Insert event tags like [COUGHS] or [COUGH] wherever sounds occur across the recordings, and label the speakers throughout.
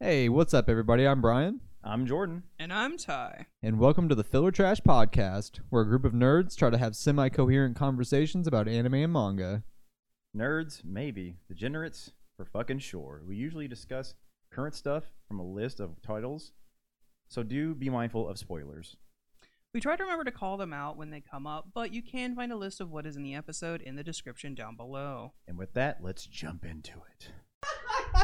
Speaker 1: Hey, what's up, everybody? I'm Brian,
Speaker 2: I'm Jordan.
Speaker 3: And I'm Ty.
Speaker 1: and welcome to the Filler Trash Podcast, where a group of nerds try to have semi coherent conversations about anime and manga.
Speaker 2: Nerds, maybe. Degenerates, for fucking sure. We usually discuss current stuff from a list of titles, so do be mindful of spoilers.
Speaker 3: We try to remember to call them out when they come up, but you can find a list of what is in the episode in the description down below.
Speaker 2: And with that, let's jump into it.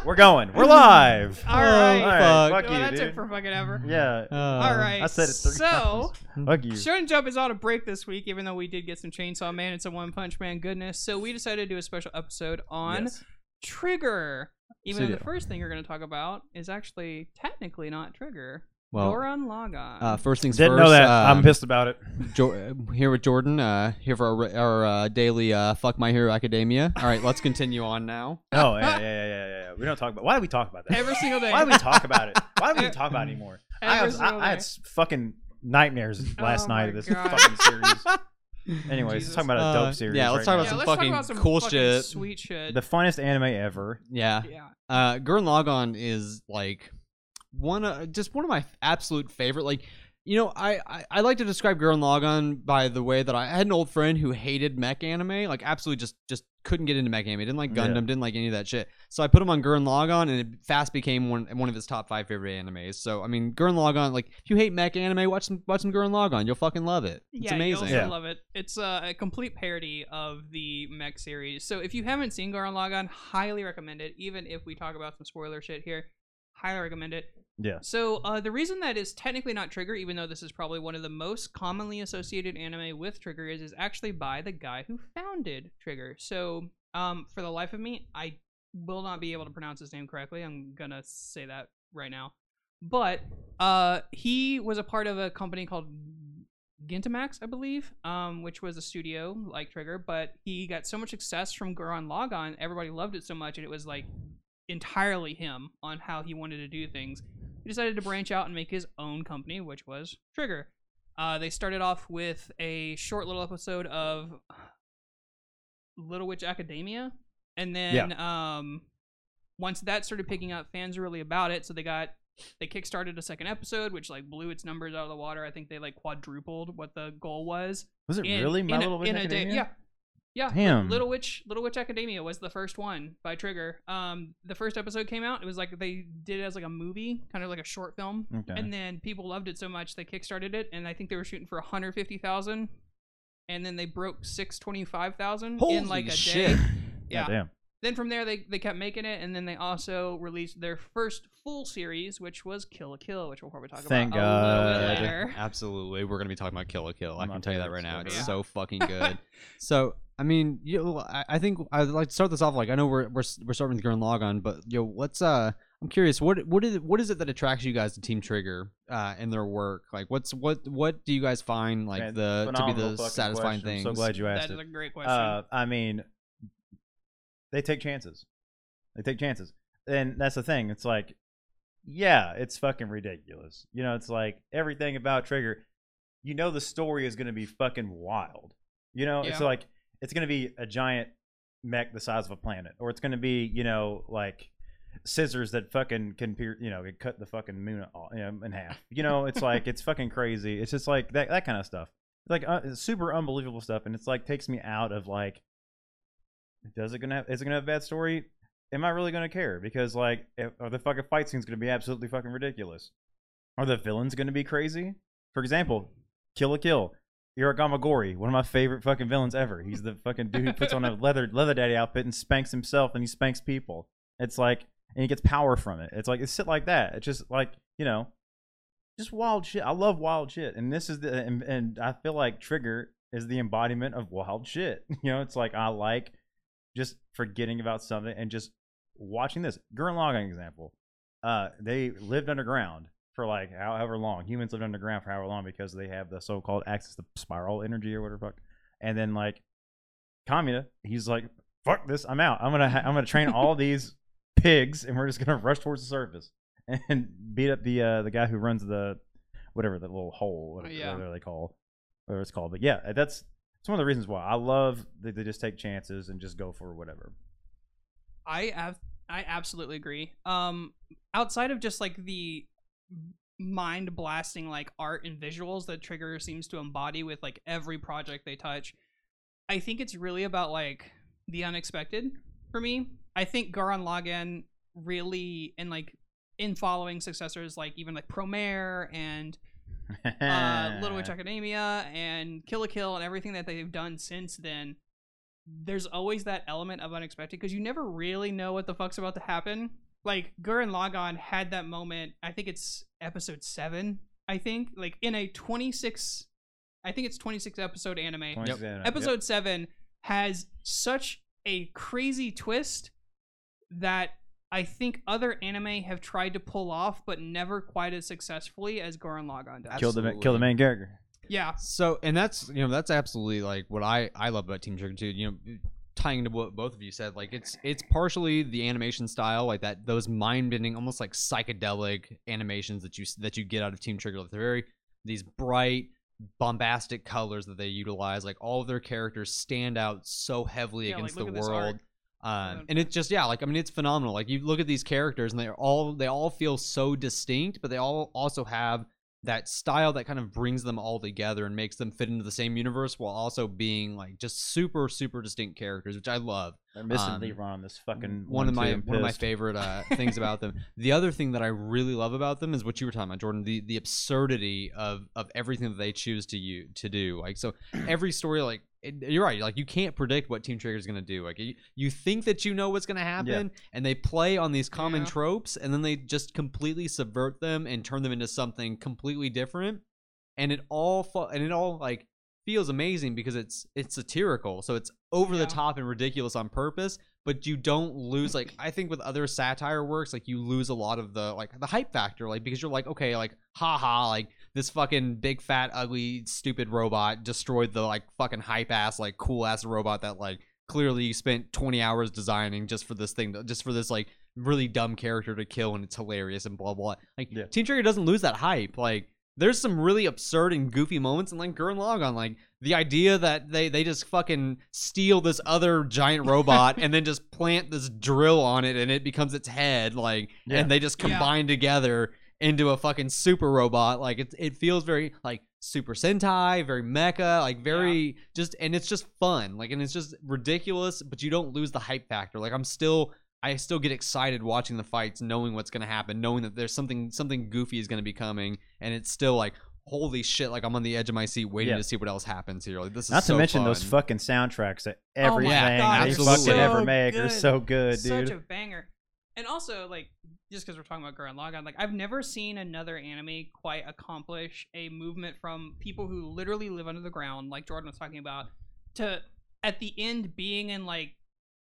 Speaker 2: We're going. We're live.
Speaker 3: All right.
Speaker 2: All right.
Speaker 1: Fuck.
Speaker 2: Fuck you,
Speaker 3: that
Speaker 2: dude.
Speaker 3: took for fucking ever.
Speaker 2: yeah.
Speaker 1: Uh,
Speaker 3: All right.
Speaker 2: I said it three
Speaker 3: so,
Speaker 2: times. Fuck
Speaker 3: [LAUGHS]
Speaker 2: you.
Speaker 3: Shonen Jump is on a break this week, even though we did get some Chainsaw Man and some One Punch Man goodness. So we decided to do a special episode on
Speaker 2: Yes.
Speaker 3: Trigger. Even
Speaker 1: So
Speaker 3: though
Speaker 1: yeah.
Speaker 3: the first thing you're going to talk about is actually technically not Trigger.
Speaker 1: Well,
Speaker 3: Goron Lagann.
Speaker 1: Uh, first things
Speaker 4: Didn't
Speaker 1: first.
Speaker 4: know that.
Speaker 1: um,
Speaker 4: I'm pissed about it.
Speaker 1: Jo- here with Jordan, uh, here for our, re- our uh, daily uh, Fuck My Hero Academia. All right, let's continue on now.
Speaker 2: Oh, yeah, yeah, yeah, yeah, yeah, yeah. We don't talk about Why do we talk about that?
Speaker 3: Every single day.
Speaker 2: [LAUGHS] Why do we talk about it? Why do we talk about it anymore? I,
Speaker 3: Every
Speaker 2: was, I,
Speaker 3: single
Speaker 2: I had
Speaker 3: day.
Speaker 2: s- fucking nightmares last
Speaker 3: Oh
Speaker 2: night
Speaker 3: my
Speaker 2: of this
Speaker 3: God.
Speaker 2: fucking
Speaker 3: [LAUGHS]
Speaker 2: series. Anyways,
Speaker 3: Jesus.
Speaker 2: let's talk about a dope
Speaker 1: Uh,
Speaker 2: series.
Speaker 1: yeah, let's
Speaker 2: right
Speaker 1: talk about
Speaker 2: now.
Speaker 3: yeah,
Speaker 1: some
Speaker 3: let's talk
Speaker 1: fucking
Speaker 3: about some
Speaker 1: cool
Speaker 3: fucking
Speaker 1: shit.
Speaker 3: Sweet shit.
Speaker 2: the funnest anime ever.
Speaker 1: Yeah.
Speaker 3: yeah.
Speaker 1: Uh, Gurren Lagann is like one of just one of my absolute favorite. Like, you know, I, I I like to describe Gurren Lagann by the way that I, I had an old friend who hated mech anime, like absolutely just just couldn't get into mech anime. Didn't like
Speaker 2: Yeah.
Speaker 1: Gundam, didn't like any of that shit. So I put him on Gurren Lagann, and it fast became one one of his top five favorite animes. So I mean, Gurren Lagann, like if you hate mech anime, watch some watch some Gurren Lagann. You'll fucking love it. It's
Speaker 3: yeah,
Speaker 1: amazing.
Speaker 3: You
Speaker 2: Yeah.
Speaker 3: also love it. It's uh, a complete parody of the mech series. So if you haven't seen Goron Lagann, highly recommend it. Even if we talk about some spoiler shit here, highly recommend it.
Speaker 2: Yeah.
Speaker 3: So uh, the reason that is technically not Trigger, even though this is probably one of the most commonly associated anime with Trigger, is is actually by the guy who founded Trigger. So um, for the life of me, I will not be able to pronounce his name correctly. I'm gonna say that right now, but uh, he was a part of a company called Gintamax, I believe, um, which was a studio like Trigger, but he got so much success from Gurren Lagann, everybody loved it so much, and it was like entirely him on how he wanted to do things. He decided to branch out and make his own company, which was Trigger. Uh, they started off with a short little episode of Little Witch Academia, and then um, once that started picking up, fans were really about it, so they got they kickstarted a second episode, which like blew its numbers out of the water. I think they like quadrupled what the goal was.
Speaker 2: Was it
Speaker 3: in-
Speaker 2: really My
Speaker 3: in a-
Speaker 2: Little Witch
Speaker 3: in a day-
Speaker 2: Academia? Hmm.
Speaker 3: Yeah, yeah. Li-
Speaker 2: Damn.
Speaker 3: Little Witch, Little Witch Academia was the first one by Trigger. Um, the first episode came out. It was like they did it as like a movie, kind of like a short film,
Speaker 2: Okay.
Speaker 3: and then people loved it so much they kickstarted it, and I think they were shooting for 150,000, and then they broke 625,000
Speaker 1: Holy
Speaker 3: in like a
Speaker 1: shit.
Speaker 3: day. Yeah.
Speaker 2: Goddamn.
Speaker 3: Then from there they they kept making it, and then they also released their first full series, which was Kill a Kill, which we'll probably talk
Speaker 2: Thank
Speaker 3: about a little
Speaker 2: God.
Speaker 3: bit later.
Speaker 1: [LAUGHS] Absolutely, we're gonna be talking about Kill a Kill. I
Speaker 2: My
Speaker 1: can tell you that right
Speaker 2: favorite
Speaker 1: now. It's
Speaker 2: so
Speaker 3: far.
Speaker 1: so fucking good. [LAUGHS] so I mean, you know, I, I think I'd like to start this off. Like I know we're we're, we're starting with Gurren Lagann, but yo, what's uh? I'm curious. What what is what is it that attracts you guys to Team Trigger uh, and their work? Like, what's what what do you guys find like
Speaker 2: Man,
Speaker 1: the to be
Speaker 2: phenomenal
Speaker 1: the
Speaker 2: fucking
Speaker 1: satisfying
Speaker 2: question. I'm
Speaker 1: things?
Speaker 2: So glad you asked
Speaker 3: That is a
Speaker 2: it.
Speaker 3: great question.
Speaker 2: Uh, I mean, they take chances. They take chances, and that's the thing. It's like, yeah, it's fucking ridiculous. You know, it's like everything about Trigger. You know, the story is going to be fucking wild. You know, it's
Speaker 3: Yeah.
Speaker 2: like it's going to be a giant mech the size of a planet, or it's going to be you know like scissors that fucking can pier- you know can cut the fucking moon all, you know, in half. You know, it's like it's fucking crazy. It's just like that that kind of stuff. It's like uh, it's super unbelievable stuff, and it's like takes me out of like, does it gonna have, is it gonna have a bad story? Am I really gonna care? Because like, if, are the fucking fight scenes gonna be absolutely fucking ridiculous? Are the villains gonna be crazy? For example, Kill a Kill. Iragama Gori, one of my favorite fucking villains ever. He's the fucking dude who puts on a leather leather daddy outfit and spanks himself and he spanks people. It's like and he gets power from it. It's like it's shit like that. It's just like, you know, just wild shit. I love wild shit. And this is the and, and I feel like Trigger is the embodiment of wild shit. [LAUGHS] You know, it's like I like just forgetting about something and just watching this. Gurren Lagann example. Uh they lived underground for like however long. Humans lived underground for however long because they have the so called access to spiral energy or whatever the fuck. And then like Kamina, he's like, fuck this, I'm out. I'm gonna ha- I'm gonna
Speaker 3: [LAUGHS]
Speaker 2: train all these pigs and we're just gonna rush towards the surface [LAUGHS] and beat up the uh the guy who runs the whatever the little hole whatever,
Speaker 3: Yeah.
Speaker 2: whatever they call whatever it's called. But yeah, that's it's one of the reasons why I love that they just take chances and just go for whatever.
Speaker 3: I ab- I absolutely agree. Um, outside of just like the mind blasting like art and visuals that Trigger seems to embody with like every project they touch, I think it's really about like the unexpected for me. I think Garan Lagann really and like in following successors like even like Promare and uh,
Speaker 2: [LAUGHS]
Speaker 3: Little Witch Academia and Kill a Kill and everything that they've done since then, there's always that element of unexpected because you never really know what the fuck's about to happen. Like Gurren Lagann had that moment. I think it's episode seven. I think like in a 26, I think it's 26 episode anime.
Speaker 2: Points down. Yep.
Speaker 3: Episode seven has such a crazy twist that I think other anime have tried to pull off, but never quite as successfully as Gurren Lagann does.
Speaker 2: Kill the kill the
Speaker 1: Absolutely.
Speaker 2: main character.
Speaker 3: Yeah,
Speaker 1: So, and that's you know that's absolutely like what I I love about Team Trigger too. You know, tying into what both of you said, like it's it's partially the animation style, like that those mind bending, almost like psychedelic animations that you that you get out of Team Trigger. Like they're very these bright, bombastic colors that they utilize. Like all of their characters stand out so heavily
Speaker 3: Yeah, like,
Speaker 1: against
Speaker 3: look at
Speaker 1: the
Speaker 3: this art.
Speaker 1: world. Um,
Speaker 3: Hold
Speaker 1: and it's just yeah, like I mean, it's phenomenal. Like you look at these characters, and they're all they all feel so distinct, but they all also have that style that kind of brings them all together and makes them fit into the same universe while also being like just super super distinct characters, which I love.
Speaker 2: They're missing
Speaker 1: Um,
Speaker 2: Leron. This fucking
Speaker 1: one of
Speaker 2: two,
Speaker 1: my
Speaker 2: I'm
Speaker 1: one of my
Speaker 2: pissed.
Speaker 1: favorite uh, things about them. The other thing that I really love about them is what you were talking about, Jordan. The the absurdity of of everything that they choose to you to do. Like so, every story like. it- You're right. Like you can't predict what Team Trigger's gonna do. Like you, you think that you know what's gonna happen, and they play on these common
Speaker 3: Yeah.
Speaker 1: tropes, and then they just completely subvert them and turn them into something completely different. And it all fu- and it all like feels amazing because it's it's satirical, so it's over
Speaker 3: Yeah.
Speaker 1: the top and ridiculous on purpose but you don't lose like I think with other satire works, like you lose a lot of the like the hype factor, like because you're like, okay, like haha, like this fucking big fat ugly stupid robot destroyed the like fucking hype ass like cool ass robot that like clearly you spent 20 hours designing just for this thing to- just for this like really dumb character to kill and it's hilarious and blah blah like
Speaker 2: Yeah.
Speaker 1: team trigger doesn't lose that hype like there's some really absurd and goofy moments and like Gurren Lagann like the idea that they they just fucking steal this other
Speaker 2: [LAUGHS]
Speaker 1: giant robot and then just plant this drill on it and it becomes its head like
Speaker 2: Yeah.
Speaker 1: and they just
Speaker 3: Yeah.
Speaker 1: combine together into a fucking super robot like it it feels very like super sentai very mecha like very just and it's just fun like and it's just ridiculous but you don't lose the hype factor like I'm still I still get excited watching the fights, knowing what's gonna happen, knowing that there's something something goofy is gonna be coming, and it's still like, holy shit! Like I'm on the edge of my seat, waiting
Speaker 2: Yeah.
Speaker 1: to see what else happens here. Like this is
Speaker 2: Not to
Speaker 1: so
Speaker 2: mention
Speaker 1: fun.
Speaker 2: those fucking soundtracks that
Speaker 3: Oh my
Speaker 2: everything
Speaker 3: God,
Speaker 2: they
Speaker 1: they're
Speaker 2: fucking
Speaker 1: so
Speaker 2: ever make are
Speaker 3: good.
Speaker 2: so good, dude.
Speaker 3: such a banger. And also, like, just because we're talking about Gurren Lagann, like, I've never seen another anime quite accomplish a movement from people who literally live under the ground, like Jordan was talking about, to at the end being in like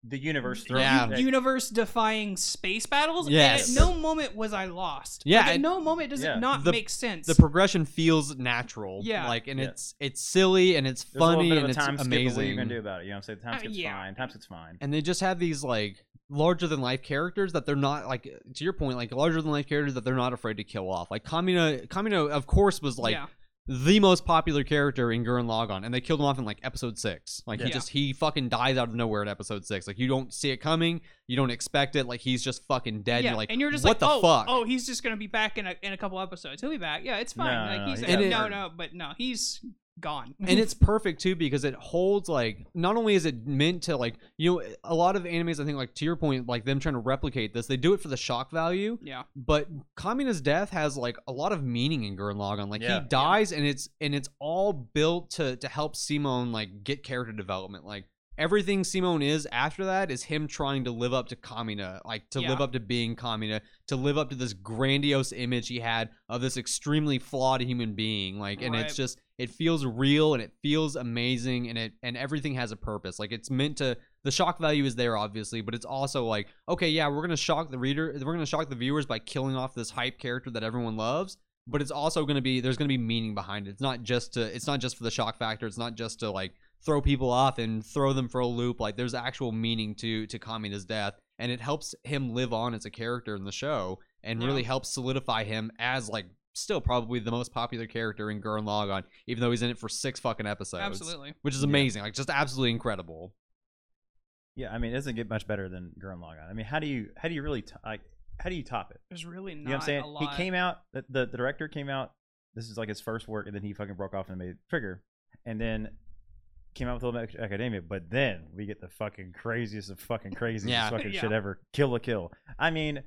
Speaker 2: the universe
Speaker 1: throws Yeah. you-
Speaker 3: universe-defying space battles. and
Speaker 1: Yes.
Speaker 3: at no moment was I lost.
Speaker 1: Yeah,
Speaker 3: Like, at
Speaker 1: and-
Speaker 3: no moment does
Speaker 2: Yeah.
Speaker 3: it not
Speaker 1: The-
Speaker 3: make sense.
Speaker 1: The progression feels natural,
Speaker 3: Yeah.
Speaker 1: like, and
Speaker 2: Yeah.
Speaker 1: it's it's silly and it's
Speaker 2: There's a little
Speaker 1: funny
Speaker 2: bit of
Speaker 1: and
Speaker 2: a
Speaker 1: it's
Speaker 2: time skip, but What are you
Speaker 1: amazing.
Speaker 2: gonna do about it? You know what I'm saying? The time
Speaker 3: Uh,
Speaker 2: skip's
Speaker 3: yeah.
Speaker 2: fine. Time skip's fine.
Speaker 1: and they just have these like larger than life characters that they're not like to your point, like larger than life characters that they're not afraid to kill off. Like Kamina, Kamina of course was like
Speaker 3: yeah,
Speaker 1: the most popular character in Gurren Lagann, and they killed him off in like episode six. Like he
Speaker 3: Yeah.
Speaker 1: just he fucking dies out of nowhere in episode six. Like you don't see it coming, you don't expect it. Like he's just fucking dead.
Speaker 3: yeah.
Speaker 1: you're like,
Speaker 3: and you're just
Speaker 1: what
Speaker 3: like,
Speaker 1: the
Speaker 3: oh,
Speaker 1: fuck?
Speaker 3: oh, he's just gonna be back in a, in a couple episodes. He'll be back. Yeah, it's fine.
Speaker 2: No,
Speaker 3: like
Speaker 2: no,
Speaker 3: he's
Speaker 2: he's
Speaker 3: like,
Speaker 1: got
Speaker 3: no,
Speaker 1: work.
Speaker 3: no, but no, he's gone.
Speaker 1: and it's perfect too because it holds like not only is it meant to like you know a lot of animes I think like to your point like them trying to replicate this they do it for the shock value
Speaker 3: yeah,
Speaker 1: but Kamina's death has like a lot of meaning in Gurren Lagann. Like
Speaker 2: Yeah.
Speaker 1: he dies, and it's and it's all built to to help Simone like get character development. Like everything Simone is after that is him trying to live up to Kamina, like to live
Speaker 3: Yeah.
Speaker 1: up to being Kamina, to live up to this grandiose image he had of this extremely flawed human being. Like, and
Speaker 3: Right.
Speaker 1: it's just it feels real and it feels amazing, and it and everything has a purpose. Like it's meant to the shock value is there obviously but it's also like okay yeah we're gonna shock the reader we're gonna shock the viewers by killing off this hype character that everyone loves but it's also gonna be there's gonna be meaning behind it it's not just to it's not just for the shock factor it's not just to like throw people off and throw them for a loop like there's actual meaning to to kamina's death and it helps him live on as a character in the show and
Speaker 3: Yeah.
Speaker 1: really helps solidify him as like still probably the most popular character in Gurren Lagann even though he's in it for six fucking episodes
Speaker 3: absolutely.
Speaker 1: which is
Speaker 2: Yeah.
Speaker 1: amazing like just absolutely incredible
Speaker 2: Yeah, I mean, it doesn't get much better than Gurren Lagann. I mean, how do you how do you really t- like how do you top it?
Speaker 3: There's really not
Speaker 2: You know what I'm
Speaker 3: a
Speaker 2: saying? He
Speaker 3: lot.
Speaker 2: came out. The, the the director came out. This is like his first work, and then he fucking broke off and made Trigger, and then came out with Little Mac Academia. But then we get the fucking craziest of fucking craziest
Speaker 1: Yeah.
Speaker 2: fucking
Speaker 3: Yeah.
Speaker 2: shit ever. Kill a kill. I mean,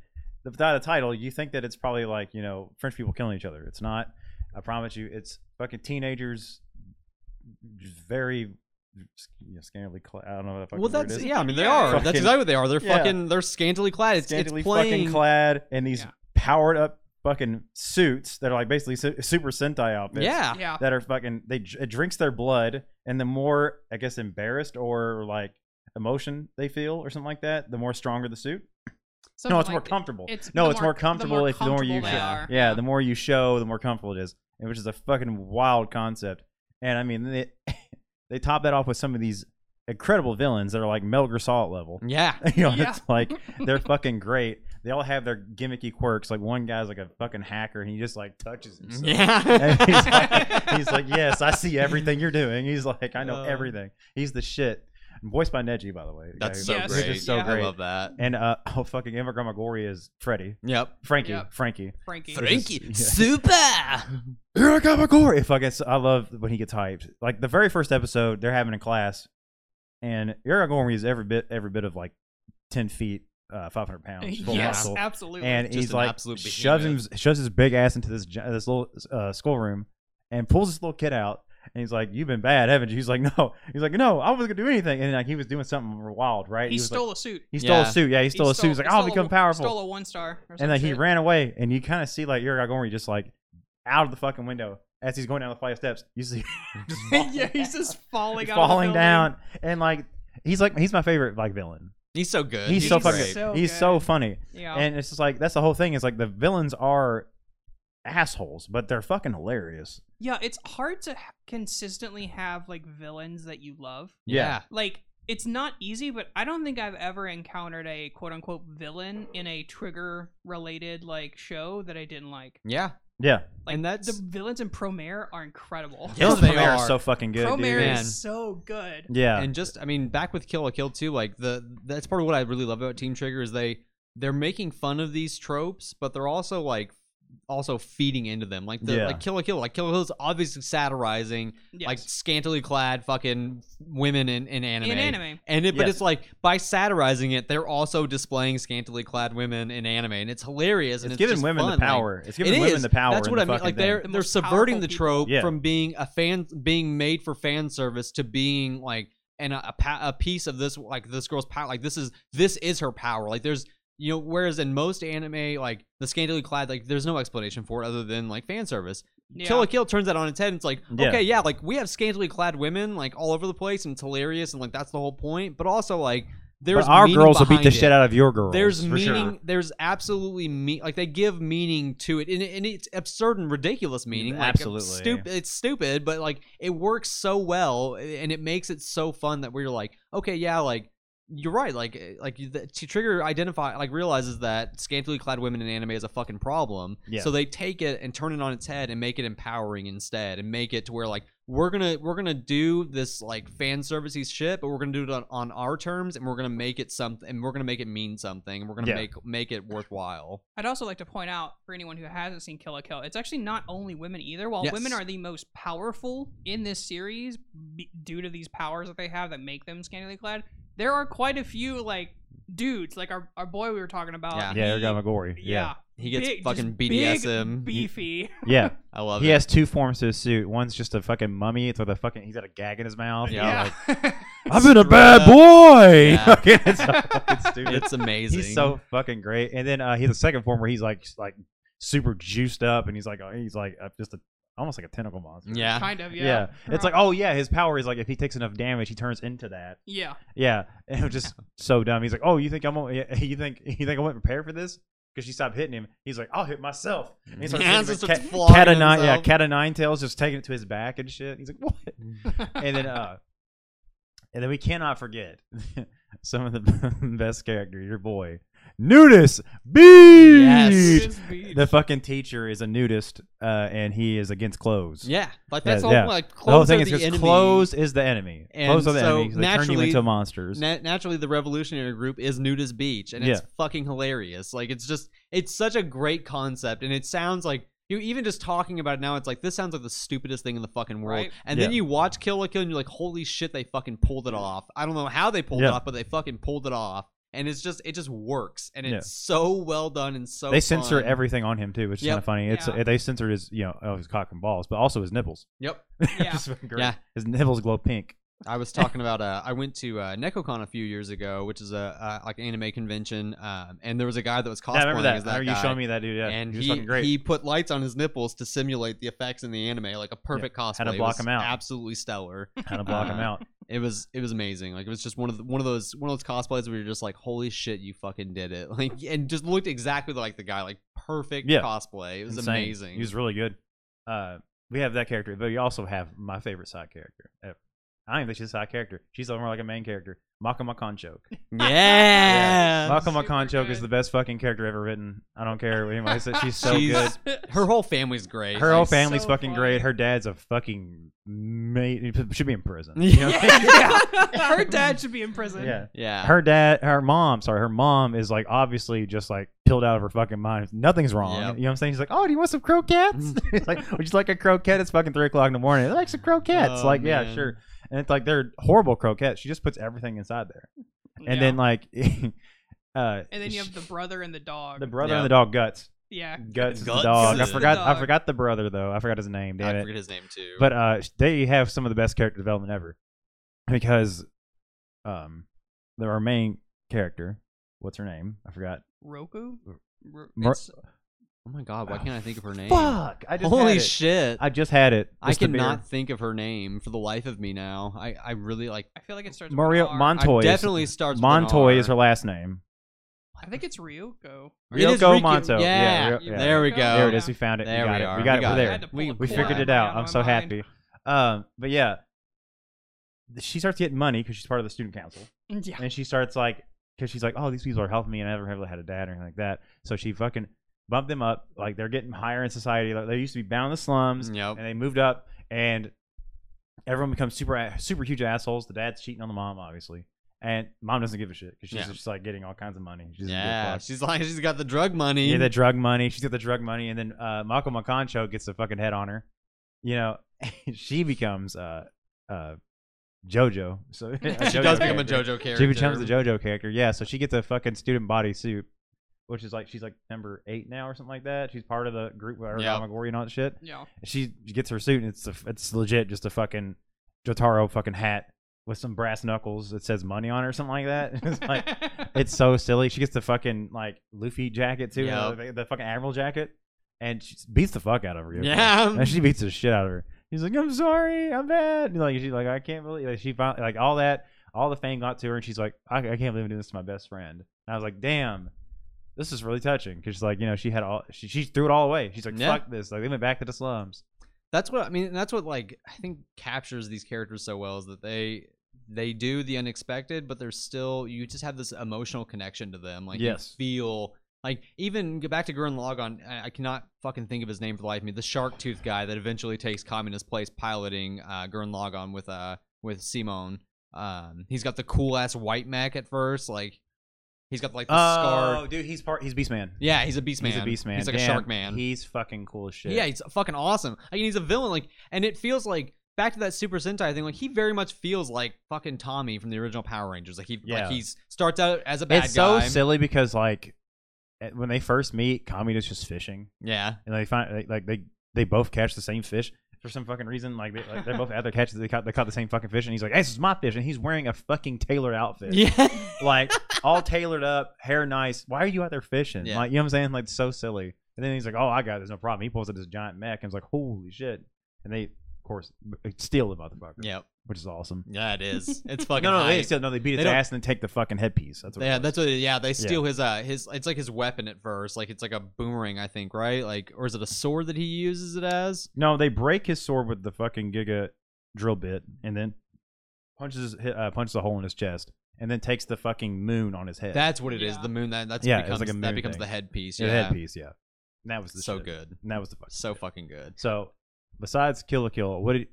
Speaker 2: the- without a title, you think that it's probably like you know French people killing each other. It's not. I promise you, it's fucking teenagers. just Very you know, scantily. Cla- I don't know if I
Speaker 1: Well, that's yeah. I mean, they
Speaker 3: Yeah.
Speaker 1: are.
Speaker 2: Fucking-
Speaker 1: that's exactly what they are. They're
Speaker 2: yeah.
Speaker 1: fucking. They're scantily clad. It's,
Speaker 2: scantily
Speaker 1: it's plain.
Speaker 2: fucking clad in these
Speaker 3: Yeah.
Speaker 2: powered up fucking suits that are like basically su- super Sentai outfits.
Speaker 1: Yeah.
Speaker 3: Yeah.
Speaker 2: That are fucking, they, dr- it drinks their blood, and the more, I guess, embarrassed or like emotion they feel or something like that, the more stronger the suit.
Speaker 3: Something
Speaker 2: no, it's more
Speaker 3: like-
Speaker 2: comfortable.
Speaker 3: it's-
Speaker 2: no,
Speaker 3: the
Speaker 2: it's
Speaker 3: more-
Speaker 2: more
Speaker 3: the more
Speaker 2: comfortable if the more you
Speaker 3: comfortable
Speaker 1: they
Speaker 2: show.
Speaker 3: are.
Speaker 2: Yeah,
Speaker 3: Yeah.
Speaker 2: the more you show, the more comfortable it is, and which is a fucking wild concept. And I mean, they, [LAUGHS] they top that off with some of these incredible villains that are like Mel Grisalt level.
Speaker 1: Yeah.
Speaker 2: [LAUGHS] you know,
Speaker 3: Yeah.
Speaker 2: it's like
Speaker 3: [LAUGHS]
Speaker 2: they're fucking great. They all have their gimmicky quirks. Like one guy's like a fucking hacker, and he just like touches
Speaker 1: Mm-hmm.
Speaker 2: himself. [LAUGHS] And
Speaker 1: Yeah.
Speaker 2: he's,
Speaker 1: [LAUGHS]
Speaker 3: [LAUGHS]
Speaker 2: like, [LAUGHS] he's like, "Yes, I see everything you're doing." He's like, "I know
Speaker 1: Uh.
Speaker 2: everything." He's the shit. Voiced by Neji, by the way. The
Speaker 1: That's
Speaker 2: guy
Speaker 1: so
Speaker 2: who-
Speaker 3: Yes.
Speaker 2: he's
Speaker 1: great.
Speaker 2: just so
Speaker 3: Yeah.
Speaker 1: I
Speaker 2: great.
Speaker 1: love that.
Speaker 2: And uh, oh, fucking Emma Gromagori is Freddy,
Speaker 1: Yep.
Speaker 2: Frankie,
Speaker 3: Yep.
Speaker 2: Frankie.
Speaker 3: Frankie.
Speaker 2: Yeah.
Speaker 1: Super.
Speaker 2: Emma Gromagori. If I guess I love when he gets hyped. Like the very first episode, they're having a class, and Emma Gromagori is every bit, every bit of like ten feet, uh, five hundred pounds, full
Speaker 3: [LAUGHS] yes,
Speaker 2: muscle.
Speaker 3: absolutely.
Speaker 2: and
Speaker 1: Just
Speaker 2: he's
Speaker 1: an
Speaker 2: like
Speaker 1: absolute
Speaker 2: shoves him,
Speaker 1: behemoth.
Speaker 2: shoves his big ass into this gi- this little uh, schoolroom and pulls this little kid out and he's like you've been bad haven't you he's like [LAUGHS] no he's like no i wasn't gonna do anything and like he was doing something wild right
Speaker 3: he
Speaker 2: was like,
Speaker 3: stole a suit.
Speaker 2: he stole
Speaker 1: Yeah.
Speaker 2: a suit yeah he stole a suit he's like i'll
Speaker 3: stole a-
Speaker 2: become powerful
Speaker 3: Stole a one star. Or some
Speaker 2: and then he
Speaker 3: shit.
Speaker 2: ran away and you kind of see like Yuragori just like out of the fucking window as he's going down the flight of steps you see [LAUGHS] just falling,
Speaker 3: [LAUGHS] yeah,
Speaker 2: [LAUGHS]
Speaker 3: he's just falling.
Speaker 2: he's
Speaker 3: out of the
Speaker 2: falling
Speaker 3: building.
Speaker 2: down and like he's like he's my favorite like villain
Speaker 1: He's so good.
Speaker 2: he's, so
Speaker 3: He's
Speaker 2: fucking
Speaker 1: great.
Speaker 3: so
Speaker 2: he's
Speaker 3: good.
Speaker 2: so funny
Speaker 3: Yeah.
Speaker 2: and it's just like that's the whole thing. Is like the villains are assholes, but they're fucking hilarious.
Speaker 3: yeah, it's hard to h- consistently have like villains that you love.
Speaker 1: Yeah.
Speaker 3: Like it's not easy, but I don't think I've ever encountered a quote unquote villain in a trigger related like show that I didn't like.
Speaker 1: Yeah.
Speaker 2: Yeah,
Speaker 3: Like
Speaker 1: And
Speaker 3: the
Speaker 1: that's-
Speaker 3: villains in Promare are incredible.
Speaker 1: Yeah.
Speaker 2: villains
Speaker 1: they
Speaker 2: Promare
Speaker 1: are.
Speaker 2: so fucking good. dude.
Speaker 3: Promare
Speaker 1: Man.
Speaker 3: is so good.
Speaker 2: Yeah,
Speaker 1: And just, I mean, back with Kill a Kill too. Like the that's part of what I really love about Team Trigger is they they're making fun of these tropes, but they're also like also feeding into them. Like the
Speaker 2: Yeah.
Speaker 1: like Kill a Kill, like Kill a Kill is obviously satirizing
Speaker 3: Yes.
Speaker 1: like scantily clad fucking women in, in anime.
Speaker 3: in anime.
Speaker 1: And it, but
Speaker 2: Yes.
Speaker 1: it's like by satirizing it, they're also displaying scantily clad women in anime, and it's hilarious.
Speaker 2: it's,
Speaker 1: and it's
Speaker 2: giving
Speaker 1: just
Speaker 2: women
Speaker 1: fun.
Speaker 2: the
Speaker 1: like,
Speaker 2: power. it's giving
Speaker 1: it
Speaker 2: women
Speaker 1: is.
Speaker 2: the power.
Speaker 1: That's
Speaker 2: in
Speaker 1: what
Speaker 2: the
Speaker 1: I mean.
Speaker 2: fucking
Speaker 1: Like they're
Speaker 2: thing.
Speaker 3: The
Speaker 1: they're
Speaker 3: most
Speaker 1: subverting
Speaker 3: powerful
Speaker 1: the
Speaker 3: people.
Speaker 1: trope
Speaker 2: Yeah.
Speaker 1: from being a fan, being made for fan service, to being like and a, a, pa- a piece of this like this girl's power. Like this is this is her power. Like there's you know whereas in most anime like the scantily clad like there's no explanation for it other than like fan service.
Speaker 3: Yeah.
Speaker 1: Kill a Kill turns that on its head. And it's like,
Speaker 2: Yeah.
Speaker 1: okay, yeah, like we have scantily clad women like all over the place, and it's hilarious, and like that's the whole point. But also like, there's
Speaker 2: but our
Speaker 1: meaning
Speaker 2: girls will beat
Speaker 1: behind
Speaker 2: the
Speaker 1: it.
Speaker 2: shit out of your girls.
Speaker 1: There's
Speaker 2: for sure.
Speaker 1: meaning. There's absolutely me. Like they give meaning to it, and, and it's absurd and ridiculous meaning. Like,
Speaker 2: Absolutely.
Speaker 1: stupid. It's stupid, but like it works so well, and it makes it so fun that we're like, okay, yeah, like you're right. Like eh, like the, T- Trigger identify like realizes that scantily clad women in anime is a fucking problem.
Speaker 2: Yeah.
Speaker 1: So they take it and turn it on its head and make it empowering instead, and make it to where like we're gonna we're gonna do this like fan servicey shit, but we're gonna do it on, on our terms, and we're gonna make it something, and we're gonna make it mean something, and we're gonna
Speaker 2: Yeah.
Speaker 1: make make it worthwhile.
Speaker 3: I'd also like to point out for anyone who hasn't seen Kill a Kill, it's actually not only women either. While
Speaker 1: Yes.
Speaker 3: women are the most powerful in this series b- due to these powers that they have that make them scantily clad, there are quite a few like dudes, like our, our boy we were talking about.
Speaker 1: Yeah.
Speaker 2: Yeah,
Speaker 3: he-
Speaker 2: Yuragamagory. Yeah,
Speaker 3: yeah.
Speaker 1: He gets
Speaker 3: Big-
Speaker 1: fucking
Speaker 3: just big,
Speaker 1: BDSM.
Speaker 3: beefy.
Speaker 2: yeah.
Speaker 1: I love
Speaker 2: He
Speaker 1: it.
Speaker 2: has two forms to his suit. One's just a fucking mummy. It's with a fucking. He's got a gag in his mouth.
Speaker 1: Yeah.
Speaker 3: [LAUGHS]
Speaker 2: Like,
Speaker 3: Yeah.
Speaker 2: I've been a bad
Speaker 1: Straight
Speaker 2: boy.
Speaker 1: Yeah.
Speaker 2: [LAUGHS] Fucking- it's so
Speaker 1: [LAUGHS]
Speaker 2: fucking stupid.
Speaker 1: It's amazing.
Speaker 2: [LAUGHS] He's so fucking great. And then uh, he's a second form where he's like s- like super juiced up, and he's like uh, he's like uh, just a, almost like a tentacle monster.
Speaker 1: yeah.
Speaker 3: kind of. Yeah, [LAUGHS]
Speaker 2: Yeah. it's like oh yeah, his power is like if he takes enough damage, he turns into that.
Speaker 3: yeah,
Speaker 2: Yeah, and it was just so dumb. He's like, oh, you think I'm o- yeah, [LAUGHS] you think you think I wasn't prepared for this? Because she stopped hitting him. He's like, I'll hit myself. And he starts
Speaker 1: Yeah,
Speaker 2: hitting
Speaker 1: just
Speaker 2: him with
Speaker 1: starts
Speaker 2: cat,
Speaker 1: flogging
Speaker 2: cat of nine, yeah,
Speaker 1: himself.
Speaker 2: cat of nine tails, just taking it to his back and shit. He's like, what?
Speaker 1: [LAUGHS]
Speaker 2: and then uh and then we cannot forget [LAUGHS] some of the best character your boy nudis beast
Speaker 1: Yes.
Speaker 3: Just be-
Speaker 2: the fucking teacher is a nudist, uh, and he is against clothes.
Speaker 1: yeah, like
Speaker 2: Yeah,
Speaker 1: that's all.
Speaker 2: yeah.
Speaker 1: Like
Speaker 2: the whole
Speaker 1: clothes
Speaker 2: thing
Speaker 1: are
Speaker 2: is
Speaker 1: the
Speaker 2: because
Speaker 1: enemy.
Speaker 2: clothes is the enemy.
Speaker 1: And
Speaker 2: clothes are the
Speaker 1: so
Speaker 2: enemy. 'cause They turn you
Speaker 1: naturally-
Speaker 2: into monsters.
Speaker 1: Na- naturally, the revolutionary group is nudist beach, and it's fucking hilarious. Like it's just, it's such a great concept, and it sounds like you even just talking about it now. It's like this sounds like the stupidest thing in the fucking world.
Speaker 3: Right.
Speaker 1: And then
Speaker 2: Yeah.
Speaker 1: you watch Kill la Kill, and you're like, holy shit, they fucking pulled it off. I don't know how they pulled it
Speaker 2: Yeah.
Speaker 1: off, but they fucking pulled it off. And it's just, it just works, and it's
Speaker 2: Yeah.
Speaker 1: so well done and so.
Speaker 2: they censor
Speaker 1: fun.
Speaker 2: everything on him too, which is
Speaker 1: Yep.
Speaker 2: kind of funny. It's
Speaker 3: Yeah.
Speaker 2: they censored his you know oh, his cock and balls, but also his nipples. [LAUGHS]
Speaker 1: Yep.
Speaker 3: Yeah.
Speaker 2: It's fucking great.
Speaker 1: Yeah.
Speaker 2: his nipples glow pink.
Speaker 1: I was talking about. Uh, I went to uh, NecoCon a few years ago, which is a uh, like anime convention, um, and there was a guy that was cosplaying
Speaker 2: Yeah, I remember that.
Speaker 1: as
Speaker 2: I
Speaker 1: that
Speaker 2: remember you
Speaker 1: guy.
Speaker 2: showing me that dude. Yeah,
Speaker 1: and
Speaker 2: he was
Speaker 1: he,
Speaker 2: fucking great.
Speaker 1: he put lights on his nipples to simulate the effects in the anime, like a perfect cosplay.
Speaker 2: Had to
Speaker 1: It
Speaker 2: block
Speaker 1: was
Speaker 2: him out.
Speaker 1: Absolutely stellar. [LAUGHS]
Speaker 2: kind of block him
Speaker 1: Uh,
Speaker 2: out.
Speaker 1: It was it was amazing. Like it was just one of the, one of those one of those cosplays where you're just like, holy shit, you fucking did it! [LAUGHS] Like and just looked exactly like the guy, like perfect
Speaker 2: Yeah.
Speaker 1: cosplay. It was
Speaker 2: Insane.
Speaker 1: amazing. [LAUGHS]
Speaker 2: He was really good. Uh, we have that character, but you also have my favorite side character. ever. I don't even think she's a side character. She's more like a main character. Makama Concho.
Speaker 1: yeah.
Speaker 2: Malcolm
Speaker 3: Super
Speaker 2: Okonchok is
Speaker 3: good.
Speaker 2: the best fucking character ever written. I don't care. Anyway, so she's so
Speaker 1: She's-
Speaker 2: good.
Speaker 3: [LAUGHS]
Speaker 1: Her whole family's great.
Speaker 2: Her whole
Speaker 1: Like,
Speaker 2: family's
Speaker 3: so
Speaker 2: fucking
Speaker 3: funny.
Speaker 2: great. Her dad's a fucking mate. He should be
Speaker 1: [LAUGHS]
Speaker 2: in prison.
Speaker 1: Yeah.
Speaker 2: You know?
Speaker 3: [LAUGHS] yeah. [LAUGHS] Her dad should be in prison.
Speaker 2: yeah.
Speaker 1: Yeah.
Speaker 2: Her dad, her mom, sorry, her mom is like obviously just like pilled out of her fucking mind. Nothing's wrong.
Speaker 1: Yep. Mm-hmm.
Speaker 2: You know what I'm saying? She's like, oh, do you want some croquettes? it's [LAUGHS] like, would you like a croquette? It's fucking three o'clock in the morning. I like some croquettes.
Speaker 1: Oh,
Speaker 2: like, yeah,
Speaker 1: man.
Speaker 2: sure. And it's like they're horrible croquettes. She just puts everything inside there. And then like, [LAUGHS] uh,
Speaker 3: and then you have the brother and the dog.
Speaker 2: the brother
Speaker 1: Yeah.
Speaker 2: and the dog guts.
Speaker 3: yeah.
Speaker 2: Guts, is the
Speaker 1: Guts?
Speaker 2: dog. I
Speaker 1: Guts is the
Speaker 2: forgot. I
Speaker 3: dog.
Speaker 2: forgot the brother though. I forgot his name. Damn
Speaker 1: I
Speaker 2: it.
Speaker 1: forget his name too.
Speaker 2: But uh, they have some of the best character development ever because um, the our main character, what's her name? I forgot.
Speaker 3: Roku? Ro-
Speaker 2: Mer-
Speaker 3: it's-
Speaker 1: oh my god, why can't I think of her name?
Speaker 2: Fuck! I just
Speaker 1: holy
Speaker 2: had it.
Speaker 1: shit!
Speaker 2: I just had it.
Speaker 1: I
Speaker 2: It's the beer.
Speaker 1: cannot think of her name for the life of me now. I, I really like.
Speaker 3: I feel like it starts
Speaker 2: Mario
Speaker 3: with an R.
Speaker 1: I
Speaker 2: Montoy. is-
Speaker 1: definitely starts. with an
Speaker 2: Montoy
Speaker 1: R.
Speaker 2: is her last name.
Speaker 3: I think it's Ryoko.
Speaker 1: It is
Speaker 2: Ryoko
Speaker 1: Riku-
Speaker 2: Monto. Yeah,
Speaker 1: Yeah.
Speaker 2: Ry- yeah.
Speaker 1: There we go.
Speaker 2: There it is. We found it.
Speaker 1: Oh. There
Speaker 2: we got
Speaker 1: we
Speaker 2: it.
Speaker 1: are.
Speaker 2: We
Speaker 1: We
Speaker 2: got
Speaker 1: got
Speaker 2: it.
Speaker 1: it.
Speaker 2: We're there.
Speaker 3: I had to pull
Speaker 1: We-
Speaker 3: the
Speaker 2: We
Speaker 1: Yeah.
Speaker 3: plug
Speaker 2: figured it
Speaker 3: right
Speaker 2: out. I'm
Speaker 3: of
Speaker 2: so
Speaker 3: my mind.
Speaker 2: happy. Um, but yeah, she starts getting money because she's part of the student council.
Speaker 3: Yeah.
Speaker 2: and she starts like because she's like oh these people are helping me and i never really had a dad or anything like that so she fucking bumped them up like they're getting higher in society like they used to be bound in the slums
Speaker 1: Yep.
Speaker 2: and they moved up and everyone becomes super a- super huge assholes the dad's cheating on the mom obviously and mom doesn't give a shit because she's
Speaker 1: Yeah.
Speaker 2: just like getting all kinds of money she's
Speaker 1: Yeah, she's like she's got the drug money.
Speaker 2: yeah, the drug money. She's got the drug money, and then uh, Malcolm McConcho gets the fucking head on her. You know, [LAUGHS] she becomes uh, uh, JoJo. So [LAUGHS] a
Speaker 1: [LAUGHS] [LAUGHS] she
Speaker 2: JoJo
Speaker 1: does become a
Speaker 2: character.
Speaker 1: JoJo character.
Speaker 2: She becomes the JoJo character. Yeah, so she gets a fucking student bodysuit, which is like she's like number eight now or something like that. She's part of the group with her
Speaker 1: Yeah.
Speaker 2: Amagori and all that [LAUGHS] shit.
Speaker 3: [LAUGHS] Yeah.
Speaker 2: She gets her suit and it's a, it's legit just a fucking Jotaro fucking hat with some brass knuckles that says money on it or something like that. [LAUGHS]
Speaker 3: [LAUGHS]
Speaker 2: It's like it's so silly. She gets the fucking like Luffy jacket too,
Speaker 1: Yeah.
Speaker 2: the, the fucking Admiral jacket, and she beats the fuck out of her.
Speaker 1: Yeah.
Speaker 2: [LAUGHS] and she beats the shit out of her. He's like, "I'm sorry, I'm bad." And, like she's like, "I can't believe." Like she found like all that, all the fame got to her, and she's like, "I, I can't believe I'm doing this to my best friend." And I was like, "Damn, this is really touching." Because like you know, she had all she, she threw it all away. She's like,
Speaker 1: Yeah.
Speaker 2: "Fuck this!" Like they went back to the slums.
Speaker 1: That's what I mean. That's what like I think captures these characters so well is that they they do the unexpected, but they're still you just have this emotional connection to them. Like you
Speaker 2: Yes.
Speaker 1: feel like even go back to Gurren Lagann. I, I cannot fucking think of his name for the life of me. The shark tooth guy that eventually takes communist place, piloting uh, Gurren Lagann with uh with Simone. Um, he's got the cool ass white mech at first. Like he's got like the scar.
Speaker 2: dude, he's part. He's Beast Man.
Speaker 1: Yeah, he's a beast man.
Speaker 2: Oh. He's a beast man.
Speaker 1: He's like
Speaker 2: Damn,
Speaker 1: a shark man.
Speaker 2: He's fucking cool as shit.
Speaker 1: Yeah, he's fucking awesome. I mean, he's a villain. Like, and it feels like back to that Super Sentai thing. Like, he very much feels like fucking Tommy from the original Power Rangers. Like, he
Speaker 2: Yeah.
Speaker 1: like he's starts out as a bad
Speaker 2: it's
Speaker 1: guy.
Speaker 2: so silly because like at- when they first meet, Kamida's just fishing, [LAUGHS]
Speaker 1: yeah,
Speaker 2: and they find like, like they they both catch the same fish for some fucking reason. Like, they, like they're both at their catches, they caught they caught the same fucking fish, and he's like, hey, "This is my fish," and he's wearing a fucking tailored outfit,
Speaker 1: yeah.
Speaker 2: like all tailored up, hair nice. Why are you out there fishing?
Speaker 1: Yeah.
Speaker 2: Like, you know what I'm saying? Like, so silly. And then he's like, "Oh, I got it. There's no problem." He pulls out this giant mech, and it's like, "Holy shit!" And they, of course, b- steal the motherfucker,
Speaker 1: yep.
Speaker 2: which is awesome.
Speaker 1: Yeah, it is. It's fucking.
Speaker 2: [LAUGHS] No, no, they
Speaker 1: hype.
Speaker 2: steal. No, they beat
Speaker 1: They
Speaker 2: his
Speaker 1: don't-
Speaker 2: ass and then take the fucking headpiece. That's what. it
Speaker 1: yeah,
Speaker 2: was.
Speaker 1: that's what. Yeah, they steal his uh his. It's like his weapon at first. Like it's like a boomerang, I think, right? Like, or is it a sword that he uses it as?
Speaker 2: No, they break his sword with the fucking giga drill bit, and then punches his- uh, punches a hole in his chest, and then takes the fucking moon on his head.
Speaker 1: That's what it is.
Speaker 3: Yeah.
Speaker 1: The moon that that's
Speaker 2: Yeah, it's
Speaker 1: becomes
Speaker 2: like a
Speaker 1: that
Speaker 2: moon
Speaker 1: becomes
Speaker 2: thing.
Speaker 1: the headpiece.
Speaker 2: the
Speaker 1: Yeah,
Speaker 2: headpiece, yeah. And that was the
Speaker 1: so
Speaker 2: shit.
Speaker 1: good,
Speaker 2: And that was the fucking
Speaker 1: so fucking good.
Speaker 2: So, besides Kill a Kill, what did?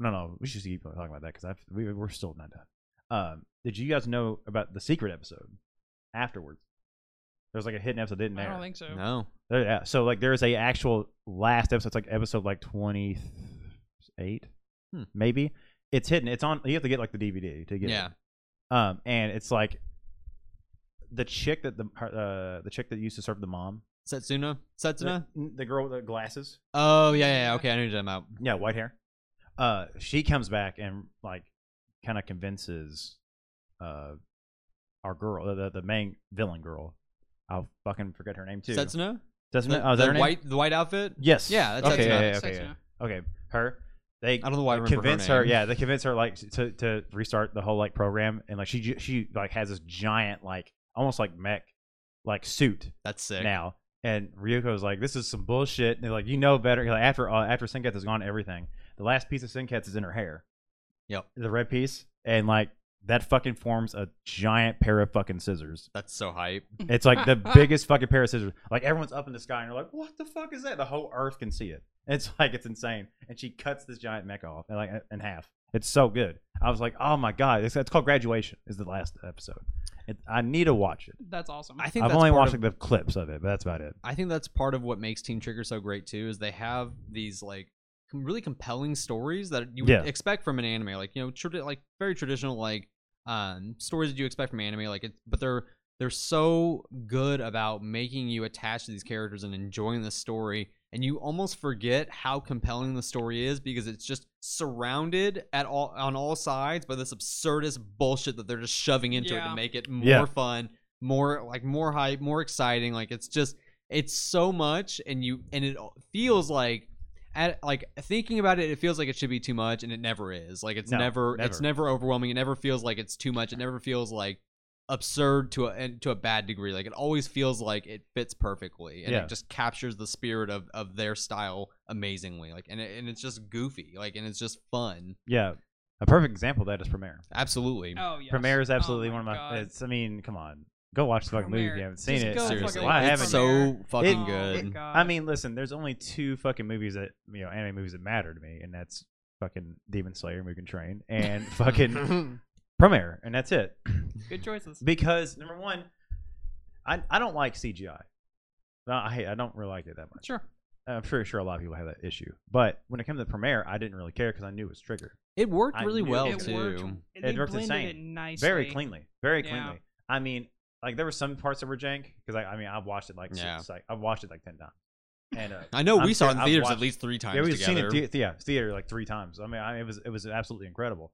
Speaker 2: No, no, we should keep talking about that because we, we're still not done. Um, did you guys know about the secret episode afterwards? There was like a hidden episode, didn't
Speaker 3: I
Speaker 2: there?
Speaker 3: don't think so.
Speaker 1: No,
Speaker 2: Oh, yeah. So like there is a actual last episode. It's like episode like twenty eight,
Speaker 1: Hmm.
Speaker 2: maybe. It's hidden. It's on. You have to get like the DVD to get. it.
Speaker 1: Yeah.
Speaker 2: Um, and it's like the chick that the her- uh, the chick that used to serve the mom,
Speaker 1: Setsuna, Setsuna.
Speaker 2: the, the girl with the glasses.
Speaker 1: Oh yeah, yeah, yeah. Okay, I knew them out.
Speaker 2: Yeah, white hair. Uh, she comes back and like kind of convinces uh our girl, the the main villain girl. I'll fucking forget her name tame too.
Speaker 1: Setsuna.
Speaker 2: Doesn't
Speaker 1: The,
Speaker 2: oh, is that
Speaker 1: the
Speaker 2: her name?
Speaker 1: white, the white outfit.
Speaker 2: Yes.
Speaker 1: Yeah, that's
Speaker 2: okay.
Speaker 1: Setsuna.
Speaker 2: Yeah, yeah,
Speaker 3: Setsuna.
Speaker 2: okay. yeah. Okay. Her. They
Speaker 1: I don't know why I remember her
Speaker 2: convince her,
Speaker 1: name.
Speaker 2: Yeah, they convince her like to to restart the whole like program and like she ju- she like has this giant like almost like mech like suit
Speaker 1: That's sick.
Speaker 2: now. And Ryuko's like, this is some bullshit. And they're like, you know better. Like, after uh, after Sinketh has gone, everything. The last piece of Sinketh is in her hair.
Speaker 1: Yep.
Speaker 2: The red piece, and like that fucking forms a giant pair of fucking scissors.
Speaker 1: That's so hype.
Speaker 2: It's like the biggest fucking pair of scissors. Like everyone's up in the sky, and you're like, what the fuck is that? The whole Earth can see it. [LAUGHS] And it's like it's insane. And she cuts this giant mech off, and like in half. It's so good. I was like, oh my god, it's, it's called graduation. Is the last episode. It, I need to watch it.
Speaker 3: That's awesome.
Speaker 1: I think
Speaker 2: I've
Speaker 1: that's
Speaker 2: only
Speaker 1: part
Speaker 2: watched
Speaker 1: of-
Speaker 2: like the clips of it, but that's about it.
Speaker 1: I think that's part of what makes Team Trigger so great too is they have these like com- really compelling stories that you would
Speaker 2: Yeah.
Speaker 1: expect from an anime, like you know, tradi- like very traditional like um, stories that you expect from anime, like it, but they're they're so good about making you attached to these characters and enjoying the story, and you almost forget how compelling the story is because it's just surrounded at all on all sides by this absurdist bullshit that they're just shoving into it
Speaker 3: Yeah.
Speaker 1: to make it more
Speaker 2: Yeah.
Speaker 1: fun, more like more hype, more exciting. Like it's just it's so much and you and it feels like at like thinking about it it feels like it should be too much and it never is like it's
Speaker 2: No,
Speaker 1: never, it's
Speaker 2: never.
Speaker 1: never overwhelming it never feels like it's too much it never feels like absurd to a and to a bad degree like it always feels like it fits perfectly and
Speaker 2: Yeah.
Speaker 1: it just captures the spirit of of their style amazingly like and it, and it's just goofy like and it's just fun
Speaker 2: Yeah. A perfect example of that is Premiere.
Speaker 1: absolutely
Speaker 3: oh yes.
Speaker 2: Premiere is absolutely
Speaker 3: one
Speaker 2: one of my. It's. I mean, come on, go watch the fucking movie if
Speaker 3: Premiere.
Speaker 2: you haven't seen
Speaker 3: Just
Speaker 2: it.
Speaker 3: go
Speaker 1: seriously
Speaker 3: fucking
Speaker 2: why
Speaker 3: watch
Speaker 2: haven't?
Speaker 1: it's
Speaker 2: you?
Speaker 1: so
Speaker 3: Premiere.
Speaker 1: fucking
Speaker 2: It-
Speaker 1: good
Speaker 3: it- Oh God.
Speaker 2: I mean, listen. There's only two fucking movies that you know anime movies that matter to me, and that's fucking Demon Slayer, Mugen Train, and fucking [LAUGHS] Premiere, and that's it.
Speaker 3: Good choices.
Speaker 2: Because number one, I I don't like CGI. No, I I don't really like it that much.
Speaker 3: Sure.
Speaker 2: I'm pretty sure a lot of people have that issue. But when it came to Premiere, I didn't really care because I knew it was Trigger.
Speaker 1: it worked
Speaker 2: I
Speaker 1: really
Speaker 2: knew
Speaker 1: well
Speaker 2: it
Speaker 1: too
Speaker 3: worked. They
Speaker 2: works
Speaker 3: blended
Speaker 2: insane.
Speaker 3: it nicely.
Speaker 2: very cleanly, very
Speaker 3: Yeah.
Speaker 2: cleanly. I mean, like there were some parts that were jank because I, I mean I've watched it like
Speaker 1: Yeah.
Speaker 2: six, like, I've watched it like ten times, and uh,
Speaker 1: I know
Speaker 2: I'm
Speaker 1: we saw
Speaker 2: sure
Speaker 1: it in
Speaker 2: I've
Speaker 1: theaters at
Speaker 2: watched-
Speaker 1: least three times
Speaker 2: yeah, we've
Speaker 1: together.
Speaker 2: seen it thea- yeah theater like three times. I mean, I, it was it was absolutely incredible,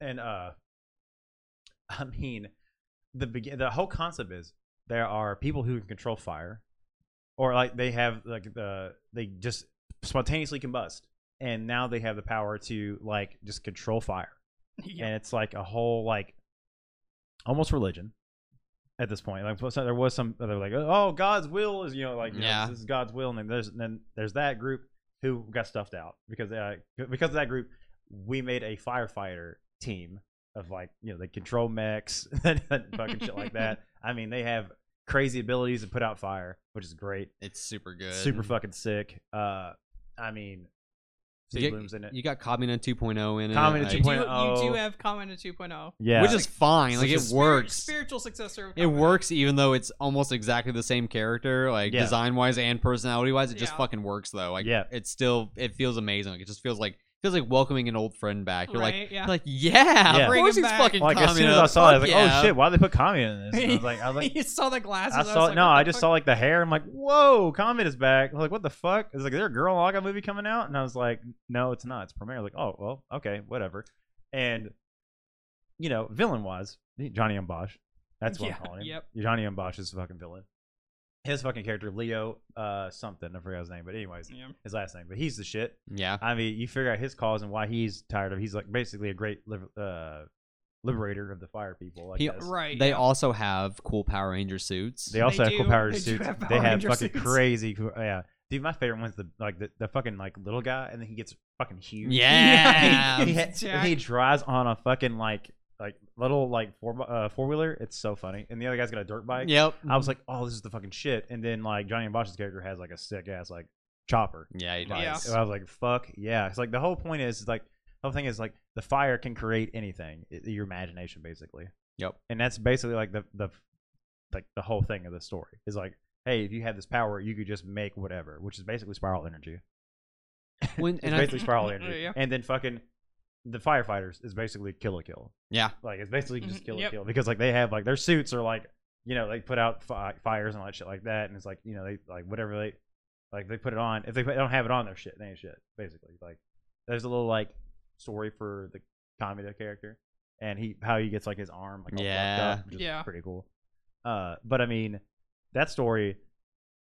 Speaker 2: and uh, [LAUGHS] I mean, the begin the whole concept is there are people who can control fire, or like they have like the they just spontaneously combust, and now they have the power to like just control fire
Speaker 3: [LAUGHS] Yeah.
Speaker 2: and it's like a whole like almost religion at this point. Like so there was some they're like, oh, God's will is you know like you know,
Speaker 1: Yeah.
Speaker 2: this is God's will, and then there's then there's that group who got stuffed out because uh, because of that group, we made a firefighter team of like you know they control mechs [LAUGHS] and fucking shit
Speaker 1: [LAUGHS]
Speaker 2: like that. I mean they have crazy abilities to put out fire, which is great,
Speaker 1: It's super good. Mm-hmm.
Speaker 2: super fucking sick. Uh, I mean,
Speaker 1: You,
Speaker 2: Steve Bloom's in it.
Speaker 1: you got Kamina 2.0 in it.
Speaker 2: Kamina
Speaker 1: like,
Speaker 3: you, do, you
Speaker 2: 2.0.
Speaker 3: do have Kamina 2.0.
Speaker 2: oh, yeah,
Speaker 1: Which is fine. Like,
Speaker 2: Which
Speaker 1: it
Speaker 2: is-
Speaker 1: works.
Speaker 3: oh. Spiritual successor. Of
Speaker 1: it
Speaker 3: Kamina.
Speaker 1: works even though it's almost exactly the same character, like
Speaker 2: Yeah.
Speaker 1: design wise and personality wise. It just
Speaker 3: Yeah.
Speaker 1: fucking works though. Like
Speaker 2: Yeah.
Speaker 1: it still it feels amazing. Like it just feels like feels like welcoming an old friend back. You're like
Speaker 3: Right? yeah.
Speaker 1: you're like yeah,
Speaker 2: Yeah.
Speaker 1: of
Speaker 3: Bring
Speaker 1: course
Speaker 3: him
Speaker 1: he's
Speaker 3: back.
Speaker 1: fucking
Speaker 2: like as soon as
Speaker 1: Kamina.
Speaker 2: I saw it, I was
Speaker 1: Fuck
Speaker 2: like,
Speaker 1: yeah.
Speaker 2: oh shit, why they put Kami in this? And I was like, I was
Speaker 3: [LAUGHS]
Speaker 2: like,
Speaker 3: you saw the glasses.
Speaker 2: I
Speaker 3: was
Speaker 2: saw
Speaker 3: like,
Speaker 2: no,
Speaker 3: what the
Speaker 2: I just
Speaker 3: fuck?
Speaker 2: saw like the hair. I'm like, whoa, Comet is back. I was like, what the fuck? It's like, is there a Girl Laga movie coming out? And I was like, no, it's not. It's Premiere. Like, oh well, okay, whatever. And you know, villain wise, Johnny M. Bosch. That's what
Speaker 3: Yeah,
Speaker 2: I'm calling him.
Speaker 3: yep.
Speaker 2: Johnny M. Bosch is a fucking villain. His fucking character, Leo, uh, something. I forgot his name, but anyways,
Speaker 3: Yeah.
Speaker 2: his last name. But he's the shit.
Speaker 1: Yeah.
Speaker 2: I mean, you figure out his cause and why he's tired of. He's like basically a great liber- uh, liberator of the fire people. Like
Speaker 1: He-
Speaker 2: this.
Speaker 3: Right.
Speaker 1: They
Speaker 2: [LAUGHS]
Speaker 3: yeah.
Speaker 1: also have cool Power Ranger suits.
Speaker 2: They also have
Speaker 3: do.
Speaker 2: cool power
Speaker 3: They do
Speaker 2: suits.
Speaker 3: have
Speaker 2: they
Speaker 3: Power
Speaker 2: have
Speaker 3: Ranger
Speaker 2: fucking
Speaker 3: suits.
Speaker 2: crazy. Cool, yeah, dude, my favorite one's the like the, the fucking like little guy, and then [LAUGHS] he gets fucking huge.
Speaker 3: [LAUGHS]
Speaker 1: yeah.
Speaker 2: he, he,
Speaker 3: Jack.
Speaker 2: he drives on a fucking like like little like four uh, four wheeler. It's so funny. And the other guy's got a dirt bike.
Speaker 1: Yep.
Speaker 2: I
Speaker 3: Mm-hmm.
Speaker 2: was like, oh, this is the fucking shit. And then like Johnny and Bosch's character has like a sick ass like chopper.
Speaker 1: yeah, he
Speaker 2: Like,
Speaker 3: Yeah.
Speaker 1: does.
Speaker 2: and I was like, fuck yeah. It's like the whole point is, is like the whole thing is like the fire can create anything. i- your imagination basically.
Speaker 1: Yep.
Speaker 2: And that's basically like the the like the whole thing of the story is like, hey, if you had this power, you could just make whatever, which is basically spiral energy.
Speaker 1: When,
Speaker 2: It's
Speaker 1: and I,
Speaker 2: basically spiral
Speaker 3: [LAUGHS]
Speaker 2: energy.
Speaker 3: Oh, Yeah.
Speaker 2: And then fucking the firefighters is basically kill a kill.
Speaker 1: yeah,
Speaker 2: Like it's basically just
Speaker 3: Mhm,
Speaker 2: kill a
Speaker 3: yep.
Speaker 2: kill because like they have like their suits are like you know they put out fi- fires and all that shit like that and it's like you know they like whatever they like they put it on if they put- don't have it on their shit they ain't shit basically like there's a little like story for the Kamida character and he how he gets like his arm like all fucked
Speaker 1: Yeah.
Speaker 2: up, which is
Speaker 3: Yeah.
Speaker 2: pretty cool uh but I mean that story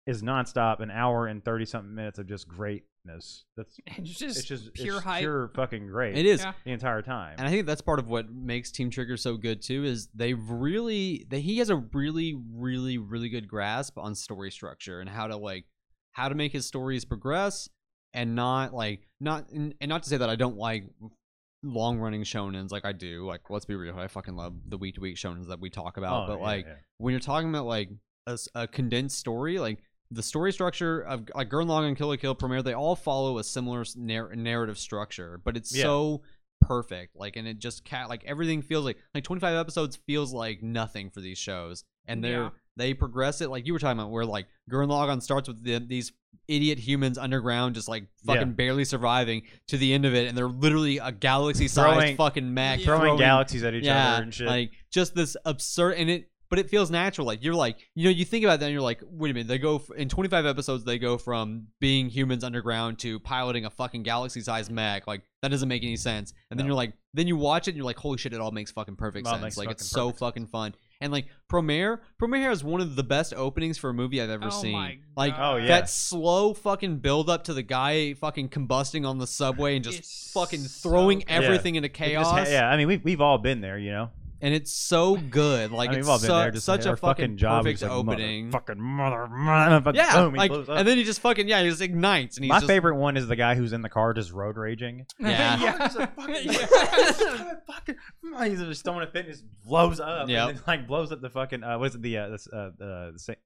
Speaker 2: is nonstop an hour and thirty something minutes of just greatness that's
Speaker 3: It's just,
Speaker 2: it's just
Speaker 3: pure
Speaker 2: it's
Speaker 3: hype.
Speaker 2: pure fucking great
Speaker 1: it is.
Speaker 3: Yeah.
Speaker 2: the entire time
Speaker 1: And I think that's part of what makes Team Trigger so good too is they really they, he has a really really really good grasp on story structure and how to like how to make his stories progress and not like not and, and not to say that I don't like long running shonens like I do like let's be real I fucking love the week to week shonens that we talk about
Speaker 2: Oh,
Speaker 1: but
Speaker 2: yeah,
Speaker 1: like
Speaker 2: yeah.
Speaker 1: when you're talking about like a, s- a condensed story, like the story structure of like Gurren Lagann and Kill la Kill, Premiere, they all follow a similar s- nar- narrative structure, but it's
Speaker 2: Yeah.
Speaker 1: so perfect. Like, and it just cat like everything feels like like 25 episodes feels like nothing for these shows, and they're
Speaker 3: Yeah.
Speaker 1: they progress it like you were talking about, where like Gurren Lagann starts with the, these idiot humans underground, just like fucking
Speaker 2: Yeah.
Speaker 1: barely surviving to the end of it, and they're literally a galaxy sized
Speaker 2: Throwing-
Speaker 1: fucking mech
Speaker 3: Yeah.
Speaker 2: throwing,
Speaker 1: throwing
Speaker 2: galaxies at each other and shit.
Speaker 1: like just this absurd, and it, but it feels natural. Like you're like, you know, you think about that, and you're like, wait a minute. They go f- in 25 episodes, they go from being humans underground to piloting a fucking galaxy-sized mech. Like that doesn't make any sense. And then
Speaker 2: No.
Speaker 1: you're like, then you watch it, and you're like, holy shit, it all makes fucking perfect
Speaker 2: It all
Speaker 1: sense.
Speaker 2: makes
Speaker 1: like it's
Speaker 2: fucking
Speaker 1: so
Speaker 2: perfect sense.
Speaker 1: fucking fun. And like Promare, Promare is one of the best openings for a movie I've ever
Speaker 3: oh
Speaker 1: seen.
Speaker 3: My
Speaker 1: Like
Speaker 3: God.
Speaker 2: Oh, yeah.
Speaker 1: that slow fucking build up to the guy fucking combusting on the subway and just
Speaker 3: It's
Speaker 1: fucking
Speaker 3: so
Speaker 1: throwing
Speaker 3: good.
Speaker 1: everything into
Speaker 2: It
Speaker 1: chaos
Speaker 2: just ha- yeah, I mean we've we've all been there, you know.
Speaker 1: and it's so good. Like
Speaker 2: I mean,
Speaker 1: it's
Speaker 2: we've all been
Speaker 1: su-
Speaker 2: there. Just
Speaker 1: such
Speaker 2: like,
Speaker 1: a
Speaker 2: our
Speaker 1: fucking,
Speaker 2: job
Speaker 1: perfect
Speaker 2: is like, mother-
Speaker 1: opening.
Speaker 2: fucking mother, mother, fucking
Speaker 1: yeah,
Speaker 2: boom, he
Speaker 1: like,
Speaker 2: blows up.
Speaker 1: and then he just fucking yeah, he just ignites and he's
Speaker 2: my
Speaker 1: just
Speaker 2: favorite one is the guy who's in the car just road
Speaker 3: [LAUGHS]
Speaker 2: raging. [LAUGHS]
Speaker 1: Yeah.
Speaker 2: he's just
Speaker 1: [LAUGHS]
Speaker 2: fucking, [LAUGHS] fucking, oh, he's just throwing a fit and just blows up.
Speaker 1: Yep.
Speaker 2: and then, like blows up the fucking uh, what is it the uh, this, uh, uh, the San,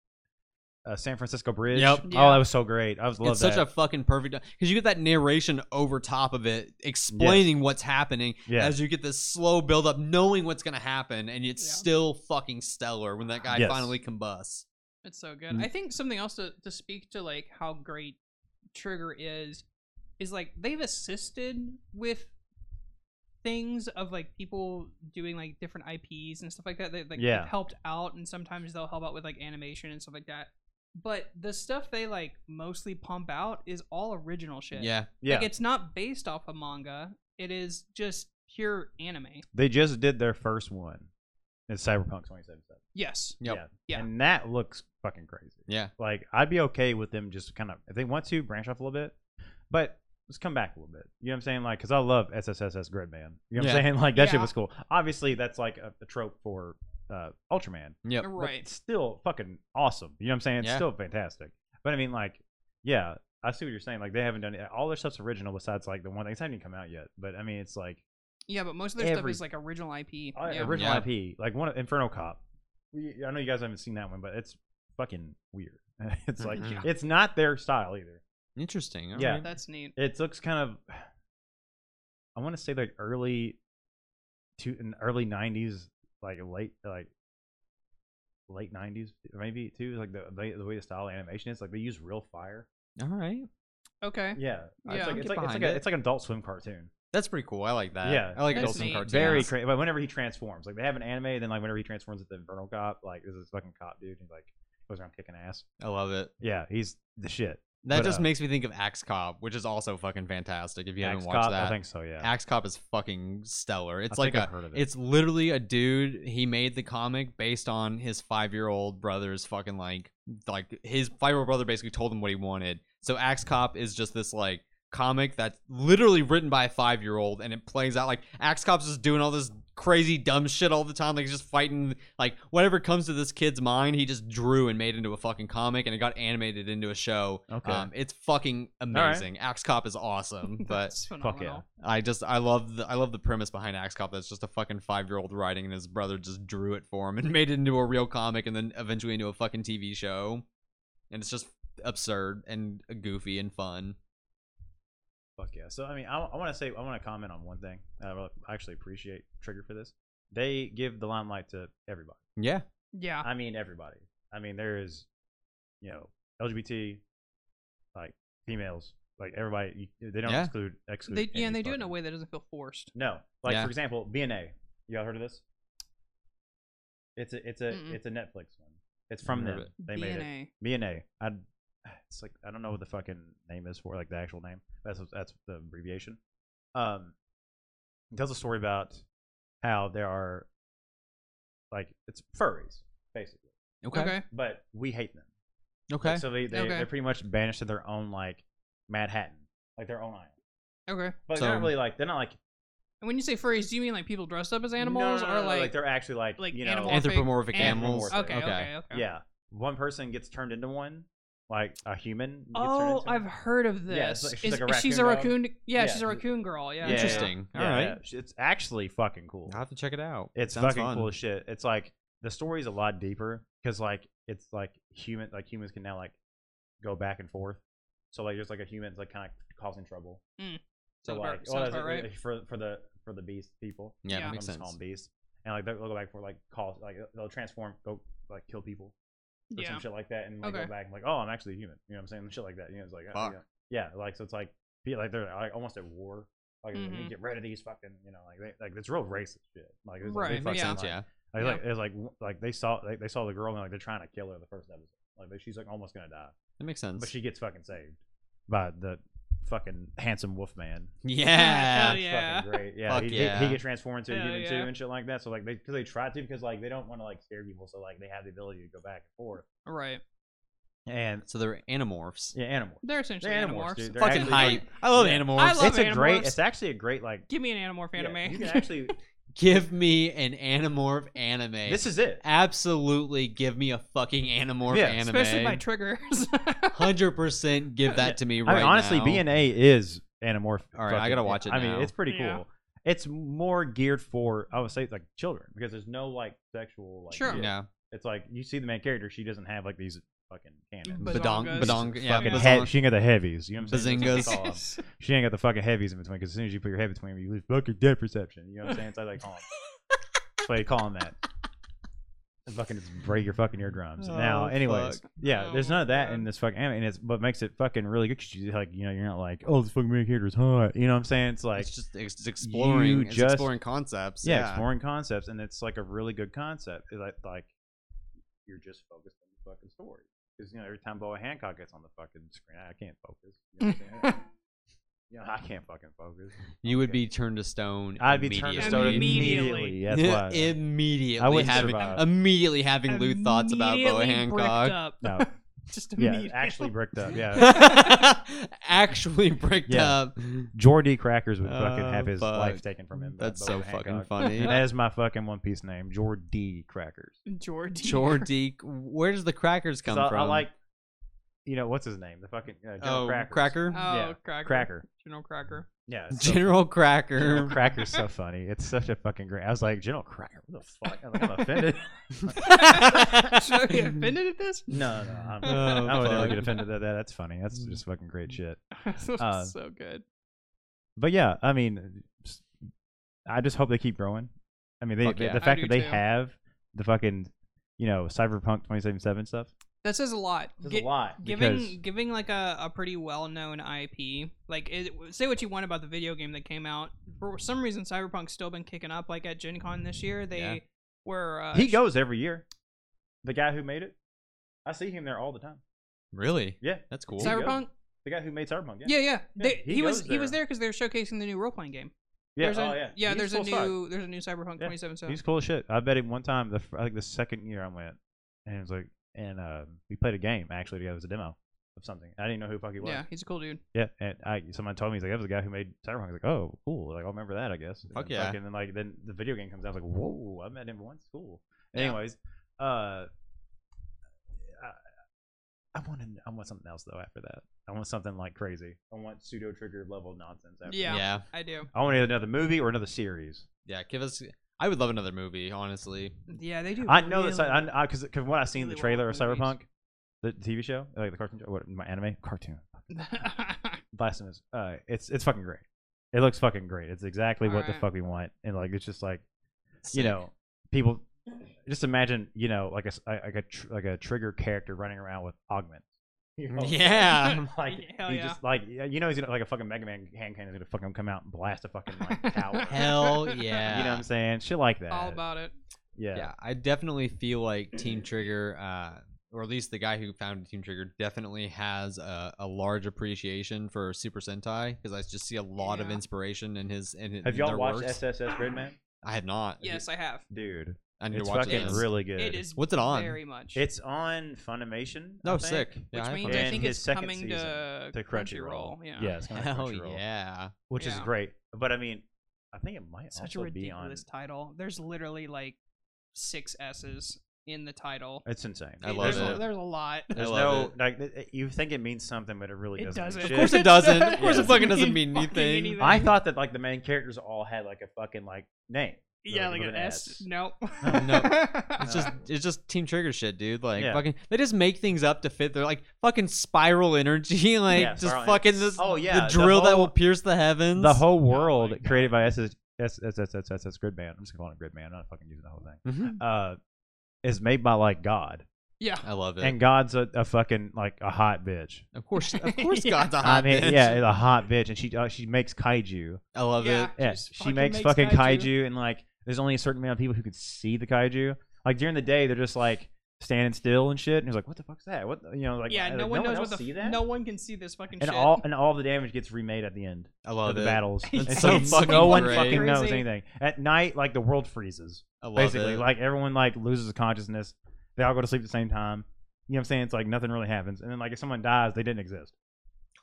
Speaker 2: uh, San Francisco Bridge.
Speaker 1: Yep.
Speaker 2: Oh,
Speaker 3: Yeah.
Speaker 2: that was so great. I was love
Speaker 1: it's
Speaker 2: that.
Speaker 1: such a fucking perfect because you get that narration over top of it, explaining what's happening
Speaker 2: yeah.
Speaker 1: as you get this slow build up, knowing what's gonna happen, and it's
Speaker 3: Yeah.
Speaker 1: still fucking stellar when that guy
Speaker 2: Yes.
Speaker 1: finally combusts.
Speaker 3: It's so good.
Speaker 1: Mm.
Speaker 3: I think something else to, to speak to like how great Trigger is is like they've assisted with things of like people doing like different IPs and stuff like that. They like
Speaker 2: Yeah.
Speaker 3: they've helped out and sometimes they'll help out with like animation and stuff like that. But the stuff they like mostly pump out is all original shit.
Speaker 1: Yeah,
Speaker 2: yeah.
Speaker 3: Like it's not based off a manga. It is just pure anime.
Speaker 2: they just did their first one. It's Cyberpunk 2077.
Speaker 3: Yes.
Speaker 1: Yep.
Speaker 2: Yeah.
Speaker 3: Yeah.
Speaker 2: And that looks fucking crazy.
Speaker 1: yeah,
Speaker 2: Like I'd be okay with them just kind of if they want to branch off a little bit, but let's come back a little bit. You know what I'm saying? Like because I love SSSS Gridman. You know what
Speaker 1: Yeah.
Speaker 2: I'm saying? [LAUGHS] Like that shit
Speaker 3: Yeah.
Speaker 2: was cool. Obviously that's like a, a trope for uh, Ultraman.
Speaker 1: yep.
Speaker 2: but
Speaker 3: Right.
Speaker 2: it's still fucking awesome. You know what I'm saying? It's
Speaker 1: Yeah.
Speaker 2: still fantastic. But I mean like yeah, I see what you're saying. Like they haven't done it. all their stuff's original besides like the one that's not even come out yet. But I mean it's like
Speaker 3: Yeah, but most of their stuff
Speaker 2: Every-
Speaker 3: is like original IP.
Speaker 2: uh,
Speaker 3: yeah.
Speaker 2: original
Speaker 1: Yeah.
Speaker 2: IP, like one of Inferno Cop. We, I know you guys haven't seen that one, but it's fucking weird. [LAUGHS] it's like
Speaker 1: Mhm.
Speaker 2: it's not their style either.
Speaker 1: Interesting.
Speaker 2: Yeah.
Speaker 1: alright.
Speaker 3: That's neat.
Speaker 2: It looks kind of, [SIGHS] I want to say like early, to in early '90s, like late like late '90s maybe too. Like the the, the way the style of animation is, like they use real fire.
Speaker 1: all right.
Speaker 3: Okay.
Speaker 2: Yeah, it's like
Speaker 3: Yeah.
Speaker 1: Get
Speaker 2: it's like, it's
Speaker 1: behind
Speaker 2: like, a,
Speaker 1: it.
Speaker 2: it's like an Adult Swim cartoon.
Speaker 1: That's pretty cool. I like that.
Speaker 2: Yeah.
Speaker 1: I like
Speaker 3: That's
Speaker 1: adults in
Speaker 3: neat.
Speaker 1: cartoons.
Speaker 2: very crazy. But whenever he transforms, like they have an anime, then like whenever he transforms into the Infernal Cop, like there's this fucking cop dude, and he like goes around kicking ass.
Speaker 1: I love it.
Speaker 2: Yeah, he's the shit.
Speaker 1: That
Speaker 2: But,
Speaker 1: just
Speaker 2: uh,
Speaker 1: makes me think of Axe Cop, which is also fucking fantastic. If you haven't
Speaker 2: Axe
Speaker 1: watched
Speaker 2: Cop,
Speaker 1: that,
Speaker 2: I think so. Yeah,
Speaker 1: Axe Cop is fucking stellar. It's
Speaker 2: I
Speaker 1: like
Speaker 2: think
Speaker 1: a,
Speaker 2: I've heard of it.
Speaker 1: it's literally a dude. He made the comic based on his five year old brother's fucking like, like his five year old brother basically told him what he wanted. So Axe Cop is just this like comic that's literally written by a five year old and it plays out like Axe Cops is doing all this crazy dumb shit all the time. Like he's just fighting like whatever comes to this kid's mind, he just drew and made into a fucking comic and it got animated into a show.
Speaker 2: Okay.
Speaker 1: Um, it's fucking
Speaker 2: right.
Speaker 1: amazing. Axe Cop is
Speaker 2: [LAUGHS]
Speaker 1: awesome. But
Speaker 3: That's
Speaker 2: fuck yeah.
Speaker 3: phenomenal.
Speaker 1: I just I love the I love the premise behind Axe Cop. That's just a fucking five year old writing, and his brother just drew it for him and [LAUGHS] made it into a real comic, and then eventually into a fucking TV show. And it's just absurd and goofy and fun.
Speaker 2: Fuck yeah. So I mean, I, I want to say I want to comment on one thing. I really- I actually appreciate Trigger for this. They give the limelight to everybody.
Speaker 1: Yeah,
Speaker 3: Yeah.
Speaker 2: I mean everybody. I mean there is, you know, LGBT, like females, like everybody. You, they don't
Speaker 1: Yeah.
Speaker 2: exclude exclude.
Speaker 3: They, yeah, and
Speaker 2: any
Speaker 3: they do it in a
Speaker 2: fucking-
Speaker 3: way that doesn't feel forced.
Speaker 2: No, like
Speaker 1: Yeah.
Speaker 2: for example, BNA. Y'all heard of this? It's a it's a
Speaker 3: Mm-mm.
Speaker 2: it's a Netflix one. It's from
Speaker 1: Never
Speaker 2: them.
Speaker 1: heard of
Speaker 2: They made it.
Speaker 3: BNA.
Speaker 2: BNA. I it's like I don't know what the fucking name is for, like the actual name. That's that's the abbreviation. Um, it tells a story about how there are like it's furries basically,
Speaker 1: okay, okay,
Speaker 2: but we hate them. Like,
Speaker 1: okay.
Speaker 2: so they, they
Speaker 3: Okay.
Speaker 2: they're pretty much banished to their own like Manhattan, like their own island.
Speaker 3: Okay.
Speaker 2: But
Speaker 1: So-
Speaker 2: they're not really like they're not like
Speaker 3: And when you say furries, do you mean like people dressed up as animals
Speaker 2: no, no, no,
Speaker 3: or
Speaker 2: no,
Speaker 3: like,
Speaker 2: they're actually like
Speaker 3: like
Speaker 2: you know
Speaker 3: animal-
Speaker 1: Anthropomorphic
Speaker 3: and-
Speaker 1: animals.
Speaker 3: okay, okay, okay,
Speaker 2: yeah one person gets turned into one like a human. gets turned
Speaker 3: Oh,
Speaker 2: into one.
Speaker 3: I've heard of this.
Speaker 2: Yeah, it's like- she's
Speaker 3: Is-
Speaker 2: like a
Speaker 3: is she's a
Speaker 2: raccoon
Speaker 3: raccoon. Yeah,
Speaker 2: Yeah.
Speaker 3: she's a raccoon girl. Yeah.
Speaker 2: Yeah, yeah.
Speaker 1: Interesting.
Speaker 2: Yeah,
Speaker 1: All right,
Speaker 2: yeah. Sh- It's actually fucking cool.
Speaker 1: I'll have to check it out.
Speaker 2: It's
Speaker 1: Sounds
Speaker 2: fucking
Speaker 1: fun.
Speaker 2: cool as shit. It's like the story's a lot deeper because like it's like human like humans can now like go back and forth. So like there's like a human's like kind of causing trouble.
Speaker 3: Mm.
Speaker 2: So
Speaker 3: Sounds about-
Speaker 2: like
Speaker 3: sounds
Speaker 2: well,
Speaker 3: about
Speaker 2: that's- [LAUGHS]
Speaker 3: right.
Speaker 2: for for the for the beast people.
Speaker 1: Yeah,
Speaker 3: Yeah.
Speaker 1: that
Speaker 2: I'm
Speaker 1: makes
Speaker 2: just
Speaker 1: sense.
Speaker 2: calling beast. And like they'll go back and forth like cause like they'll transform go like kill people or
Speaker 3: Yeah.
Speaker 2: some shit like that and like
Speaker 3: Okay.
Speaker 2: go back and like oh I'm actually human. You know what I'm saying? Shit like that. You know it's like oh,
Speaker 1: Fuck.
Speaker 2: yeah. yeah like so it's like be like they're like almost at war. Like we need
Speaker 3: Mhm.
Speaker 2: to get rid of these fucking, you know, like they, like it's real racist shit. Like it's
Speaker 3: Right,
Speaker 2: like, they
Speaker 1: Makes
Speaker 2: fucking,
Speaker 1: sense.
Speaker 2: like-
Speaker 1: Yeah.
Speaker 2: Like,
Speaker 3: Yeah.
Speaker 2: like it's like w- like they saw they, they saw the girl and like they're trying to kill her the first episode. Like they- she's like almost gonna die,
Speaker 1: That makes sense.
Speaker 2: but she gets fucking saved by the fucking handsome wolf man.
Speaker 1: [LAUGHS] yeah.
Speaker 3: Hell
Speaker 2: It's
Speaker 3: yeah. [LAUGHS]
Speaker 2: fucking great. Yeah,
Speaker 1: Fuck
Speaker 2: he, he-
Speaker 1: yeah.
Speaker 2: He, gets transformed into a
Speaker 3: Hell
Speaker 2: human
Speaker 3: yeah.
Speaker 2: too and shit like that. So like they because they try to because like they don't want to like scare people, so like they have the ability to go back and forth.
Speaker 3: Right.
Speaker 2: And
Speaker 1: So they're animorphs.
Speaker 2: yeah, animal.
Speaker 3: They're essentially
Speaker 2: They're
Speaker 3: animorphs.
Speaker 2: animorphs, dude. They're
Speaker 1: Fucking
Speaker 2: actually-
Speaker 1: hype. I love
Speaker 2: Yeah.
Speaker 1: animorphs.
Speaker 3: I love
Speaker 2: It's a great.
Speaker 3: Animorphs.
Speaker 2: It's actually a great like.
Speaker 3: Give me an animorph
Speaker 2: yeah,
Speaker 3: anime. [LAUGHS]
Speaker 2: you can
Speaker 1: [LAUGHS]
Speaker 2: actually.
Speaker 1: Give me an animorph anime.
Speaker 2: this is it.
Speaker 1: absolutely give me a fucking Animorph
Speaker 2: Yeah,
Speaker 1: anime.
Speaker 3: Especially [LAUGHS] by triggers.
Speaker 1: Hundred percent, give that to me
Speaker 2: I
Speaker 1: right
Speaker 2: mean, honestly,
Speaker 1: now.
Speaker 2: BNA is anamorphic.
Speaker 1: All right, I
Speaker 2: fucking-
Speaker 1: gotta watch it
Speaker 2: I mean,
Speaker 1: now.
Speaker 2: it's pretty cool.
Speaker 3: Yeah.
Speaker 2: It's more geared for, I would say, like children because there's no like sexual. Like,
Speaker 3: Sure.
Speaker 2: shit.
Speaker 1: yeah,
Speaker 2: It's like you see the main character; she doesn't have like these fucking cannons.
Speaker 1: badong, badong,
Speaker 3: Bazongas.
Speaker 1: yeah,
Speaker 3: Fucking
Speaker 2: Fucking
Speaker 1: bazong-
Speaker 2: head, she ain't got the heavies. You know what I'm saying? That's what they call 'em.
Speaker 1: Bazingas.
Speaker 2: she ain't got the fucking heavies in between because as soon as you put your head between, 'em, you lose fucking dead perception. You know what I'm saying? That's how they call 'em. That's why they call 'em that. And fucking just break your fucking eardrums. now,
Speaker 1: Oh,
Speaker 2: anyways,
Speaker 1: fuck.
Speaker 2: yeah,
Speaker 3: Oh
Speaker 2: there's
Speaker 3: my
Speaker 2: none of that
Speaker 3: God.
Speaker 2: in this fucking anime, and it's what makes it fucking really good because you like, you know, you're not like, oh, this fucking main character's hot. You know what I'm saying? It's like,
Speaker 1: it's just it's just exploring, it's
Speaker 2: just-
Speaker 1: [LAUGHS] exploring concepts.
Speaker 2: yeah,
Speaker 1: Yeah,
Speaker 2: exploring concepts, and it's like a really good concept. It's like, like you're just focused on the fucking story. Because you know, every time Boa Hancock gets on the fucking screen, I can't focus. You know, what I'm saying?
Speaker 1: [LAUGHS]
Speaker 2: You know, I can't fucking focus.
Speaker 1: you would
Speaker 2: Okay.
Speaker 1: be turned to stone.
Speaker 2: I'd be turned to stone
Speaker 3: Immediately.
Speaker 2: immediately.
Speaker 1: [LAUGHS]
Speaker 2: That's why.
Speaker 1: immediately
Speaker 2: I wouldn't
Speaker 1: having
Speaker 2: survive.
Speaker 1: immediately having lewd thoughts about Boa
Speaker 3: Immediately bricked
Speaker 1: Hancock.
Speaker 3: up.
Speaker 1: [LAUGHS]
Speaker 2: no,
Speaker 3: Just
Speaker 2: yeah,
Speaker 3: immediately. [LAUGHS]
Speaker 2: actually bricked up. Yeah,
Speaker 1: [LAUGHS] Actually bricked
Speaker 2: Yeah.
Speaker 3: [LAUGHS]
Speaker 1: up.
Speaker 2: Jordy Crackers would fucking
Speaker 1: Oh,
Speaker 2: have his
Speaker 1: fuck.
Speaker 2: life taken from him. by
Speaker 1: That's so
Speaker 2: Boa
Speaker 1: fucking
Speaker 2: Hancock.
Speaker 1: funny.
Speaker 2: And that is my fucking One Piece name, Jordy Crackers.
Speaker 1: [LAUGHS]
Speaker 3: Jordy.
Speaker 1: Jordy, where does the crackers come
Speaker 2: So I-
Speaker 1: from?
Speaker 2: I like, you know, what's his name? The fucking uh, General
Speaker 1: oh,
Speaker 2: Crackers.
Speaker 1: cracker.
Speaker 3: Oh,
Speaker 2: Yeah,
Speaker 3: Cracker.
Speaker 2: Cracker.
Speaker 3: General Cracker.
Speaker 1: [LAUGHS]
Speaker 3: [LAUGHS]
Speaker 2: Yeah. it's so
Speaker 1: General Cracker.
Speaker 2: General Cracker's so funny. It's such a fucking great. I was like, General Cracker, what the fuck? I'm, like, I'm offended.
Speaker 3: [LAUGHS] Should I
Speaker 2: [LAUGHS]
Speaker 3: [LAUGHS] get offended at this?
Speaker 2: no, no, I'm,
Speaker 1: Oh,
Speaker 2: I would never
Speaker 1: fuck.
Speaker 2: get offended at that. That's funny. That's just fucking great shit. Uh,
Speaker 3: so good.
Speaker 2: But yeah, I mean, s- I just hope they keep growing. I mean, they,
Speaker 1: Fuck
Speaker 2: the-
Speaker 1: yeah.
Speaker 2: the
Speaker 3: I
Speaker 2: fact
Speaker 3: do
Speaker 2: that they
Speaker 3: too.
Speaker 2: have the fucking, you know, Cyberpunk 2077 stuff.
Speaker 3: That says a lot. Gi-
Speaker 2: lot.
Speaker 3: Giving
Speaker 2: because,
Speaker 3: giving like a, a pretty well known IP, like it, say what you want about the video game that came out. For some reason, Cyberpunk's still been kicking up. Like at Gen Con this year, they
Speaker 1: Yeah.
Speaker 3: were uh,
Speaker 2: he goes every year. The guy who made it, I see him there all the time.
Speaker 1: Really?
Speaker 2: Yeah,
Speaker 1: That's cool.
Speaker 2: He goes.
Speaker 3: Cyberpunk.
Speaker 2: the guy who made Cyberpunk.
Speaker 3: Yeah, yeah. They,
Speaker 2: he
Speaker 3: he was
Speaker 2: goes
Speaker 3: he was
Speaker 2: there.
Speaker 3: there because they were showcasing the new role playing game.
Speaker 2: yeah.
Speaker 3: there's
Speaker 2: oh,
Speaker 3: a,
Speaker 2: yeah. He's
Speaker 3: there's a
Speaker 2: cool as fuck.
Speaker 3: new there's a new Cyberpunk
Speaker 2: Yeah.
Speaker 3: 2077.
Speaker 2: He's cool as shit. I bet him one time. The um, fir- I think the second year I went, and it was like, and uh, we played a game actually together. It was a demo, of something. I didn't know who the fuck he was.
Speaker 3: Yeah, he's a cool dude.
Speaker 2: Yeah, and I someone told me he's like that was the guy who made Cyberpunk. I was like, oh, cool. Like I'll remember that, I guess. And
Speaker 1: Fuck
Speaker 2: then
Speaker 1: yeah.
Speaker 2: fucking- And then like then the video game comes out. I was like, whoa, I met him once. Cool.
Speaker 3: Yeah.
Speaker 2: Anyways, uh, I, I want to. I want something else though. After that, I want something like crazy. I want pseudo trigger level nonsense. After
Speaker 3: Yeah.
Speaker 2: that.
Speaker 1: yeah,
Speaker 3: I do.
Speaker 2: I want either another movie or another series.
Speaker 1: yeah. Give us. I would love another movie, honestly.
Speaker 3: Yeah, [LAUGHS] they do.
Speaker 2: I know that Cy-
Speaker 3: really
Speaker 2: I because because what I seen
Speaker 3: really
Speaker 2: the trailer of
Speaker 3: wild movies.
Speaker 2: Cyberpunk, the TV show, like the cartoon, show, what my anime cartoon. Blasphemous. Uh, it's it's fucking great. It looks fucking great. It's exactly what the
Speaker 3: Alright.
Speaker 2: fuck we want, and like it's just like you know, people just imagine you know like a s- like a tr- like a trigger character running around with augment.
Speaker 1: [LAUGHS]
Speaker 2: [LAUGHS]
Speaker 3: [LAUGHS]
Speaker 1: Yeah.
Speaker 2: like
Speaker 3: Hell
Speaker 2: he
Speaker 3: Oh. yeah.
Speaker 2: just like yeah, you know he's gonna like a fucking Mega Man hand cannon is gonna fucking come out and blast a fucking
Speaker 3: [LAUGHS]
Speaker 2: like tower.
Speaker 1: Hell yeah.
Speaker 2: You know what I'm saying? Shit like that.
Speaker 3: [LAUGHS] all about it.
Speaker 1: yeah.
Speaker 2: yeah.
Speaker 1: I definitely feel like Team Trigger, uh, or at least the guy who founded Team Trigger, definitely has a, a large appreciation for Super Sentai because I just see a lot of
Speaker 3: Yeah.
Speaker 1: inspiration in his in, in
Speaker 2: Have y'all
Speaker 1: their
Speaker 2: watched
Speaker 1: works.
Speaker 2: SSS Gridman?
Speaker 1: I have not.
Speaker 3: Yes, I have.
Speaker 2: Dude,
Speaker 1: I need
Speaker 2: it's
Speaker 1: to watch
Speaker 2: fucking
Speaker 1: this.
Speaker 2: really good.
Speaker 3: It is.
Speaker 1: What's it on?
Speaker 3: Very much.
Speaker 2: It's on Funimation. I
Speaker 1: No,
Speaker 2: think.
Speaker 1: Oh, sick. Yeah,
Speaker 3: which
Speaker 1: I have
Speaker 3: means
Speaker 1: fun.
Speaker 2: Funimation.
Speaker 3: I think
Speaker 2: And his
Speaker 3: it's
Speaker 2: second
Speaker 3: coming
Speaker 2: season
Speaker 3: to,
Speaker 2: to Crunchyroll.
Speaker 3: Yeah.
Speaker 2: Yeah, it's kind
Speaker 1: [LAUGHS]
Speaker 2: of
Speaker 1: Hell
Speaker 2: Crunchyroll,
Speaker 1: yeah.
Speaker 2: which is
Speaker 3: Yeah.
Speaker 2: great. But I mean, I think it might
Speaker 3: Such a
Speaker 2: also be on.
Speaker 3: ridiculous title. There's literally like six S's in the title.
Speaker 2: It's insane.
Speaker 1: I love
Speaker 3: there's
Speaker 1: it.
Speaker 3: A, there's a lot.
Speaker 1: I
Speaker 2: There's no
Speaker 1: love
Speaker 2: like th- you think it means something, but it really
Speaker 3: It
Speaker 2: doesn't.
Speaker 3: doesn't.
Speaker 2: mean
Speaker 3: Of
Speaker 2: shit.
Speaker 1: Of course it
Speaker 3: It
Speaker 1: doesn't.
Speaker 3: doesn't-
Speaker 1: Of
Speaker 2: [LAUGHS]
Speaker 1: course it
Speaker 3: doesn't
Speaker 1: fucking doesn't
Speaker 3: mean
Speaker 1: mean
Speaker 3: [LAUGHS] fucking
Speaker 1: anything.
Speaker 3: anything.
Speaker 2: I thought that like the main characters all had like a fucking like name.
Speaker 3: Yeah, like
Speaker 2: with
Speaker 3: an S. [LAUGHS] No.
Speaker 1: No. [LAUGHS] It's just it's just Team Trigger shit, dude. Like
Speaker 2: Yeah.
Speaker 1: fucking, they just make things up to fit. their like fucking spiral energy, [LAUGHS] like
Speaker 2: Yeah,
Speaker 1: just
Speaker 2: Spiral Energy.
Speaker 1: fucking this.
Speaker 2: Oh, yeah,
Speaker 1: the
Speaker 2: the
Speaker 1: drill that
Speaker 2: whole-
Speaker 1: will pierce the heavens.
Speaker 2: The whole
Speaker 3: my
Speaker 2: world
Speaker 3: God.
Speaker 2: created by SS SSSSS Gridman. I'm just calling it Gridman. I'm not fucking using the whole thing.
Speaker 1: Mhm.
Speaker 2: Uh, is made by like God,
Speaker 3: yeah.
Speaker 1: I love it.
Speaker 2: and God's a, a fucking like a hot bitch.
Speaker 1: of
Speaker 2: [LAUGHS]
Speaker 1: course, of course,
Speaker 3: Yeah.
Speaker 1: God's a
Speaker 2: I
Speaker 1: hot
Speaker 2: mean,
Speaker 1: bitch.
Speaker 2: yeah, a hot bitch, and she uh, she makes kaiju.
Speaker 1: I love
Speaker 3: yeah.
Speaker 1: it.
Speaker 2: Yes,
Speaker 3: just
Speaker 2: she makes, fucking kaiju. and like there's only a certain amount of people who could see the kaiju. Like during the day, they're just like standing still and shit. And he's like, "What the fuck's that? What the, you know?" Like,
Speaker 3: yeah,
Speaker 2: like,
Speaker 3: no one knows
Speaker 2: else
Speaker 3: what the.
Speaker 2: see
Speaker 3: f-
Speaker 2: that.
Speaker 3: No one can see this fucking
Speaker 2: and
Speaker 3: shit.
Speaker 2: all and all the damage gets remade at the end
Speaker 1: I
Speaker 2: of
Speaker 1: love
Speaker 2: the
Speaker 1: it.
Speaker 2: battles.
Speaker 3: It's
Speaker 2: and
Speaker 1: so
Speaker 2: no
Speaker 1: fucking
Speaker 2: one
Speaker 1: great.
Speaker 2: fucking knows
Speaker 3: Crazy.
Speaker 2: anything. At night, like the world freezes
Speaker 1: I love
Speaker 2: basically.
Speaker 1: it.
Speaker 2: Like everyone like loses consciousness. They all go to sleep at the same time. You know what I'm saying? It's like nothing really happens. And then like if someone dies, they didn't exist.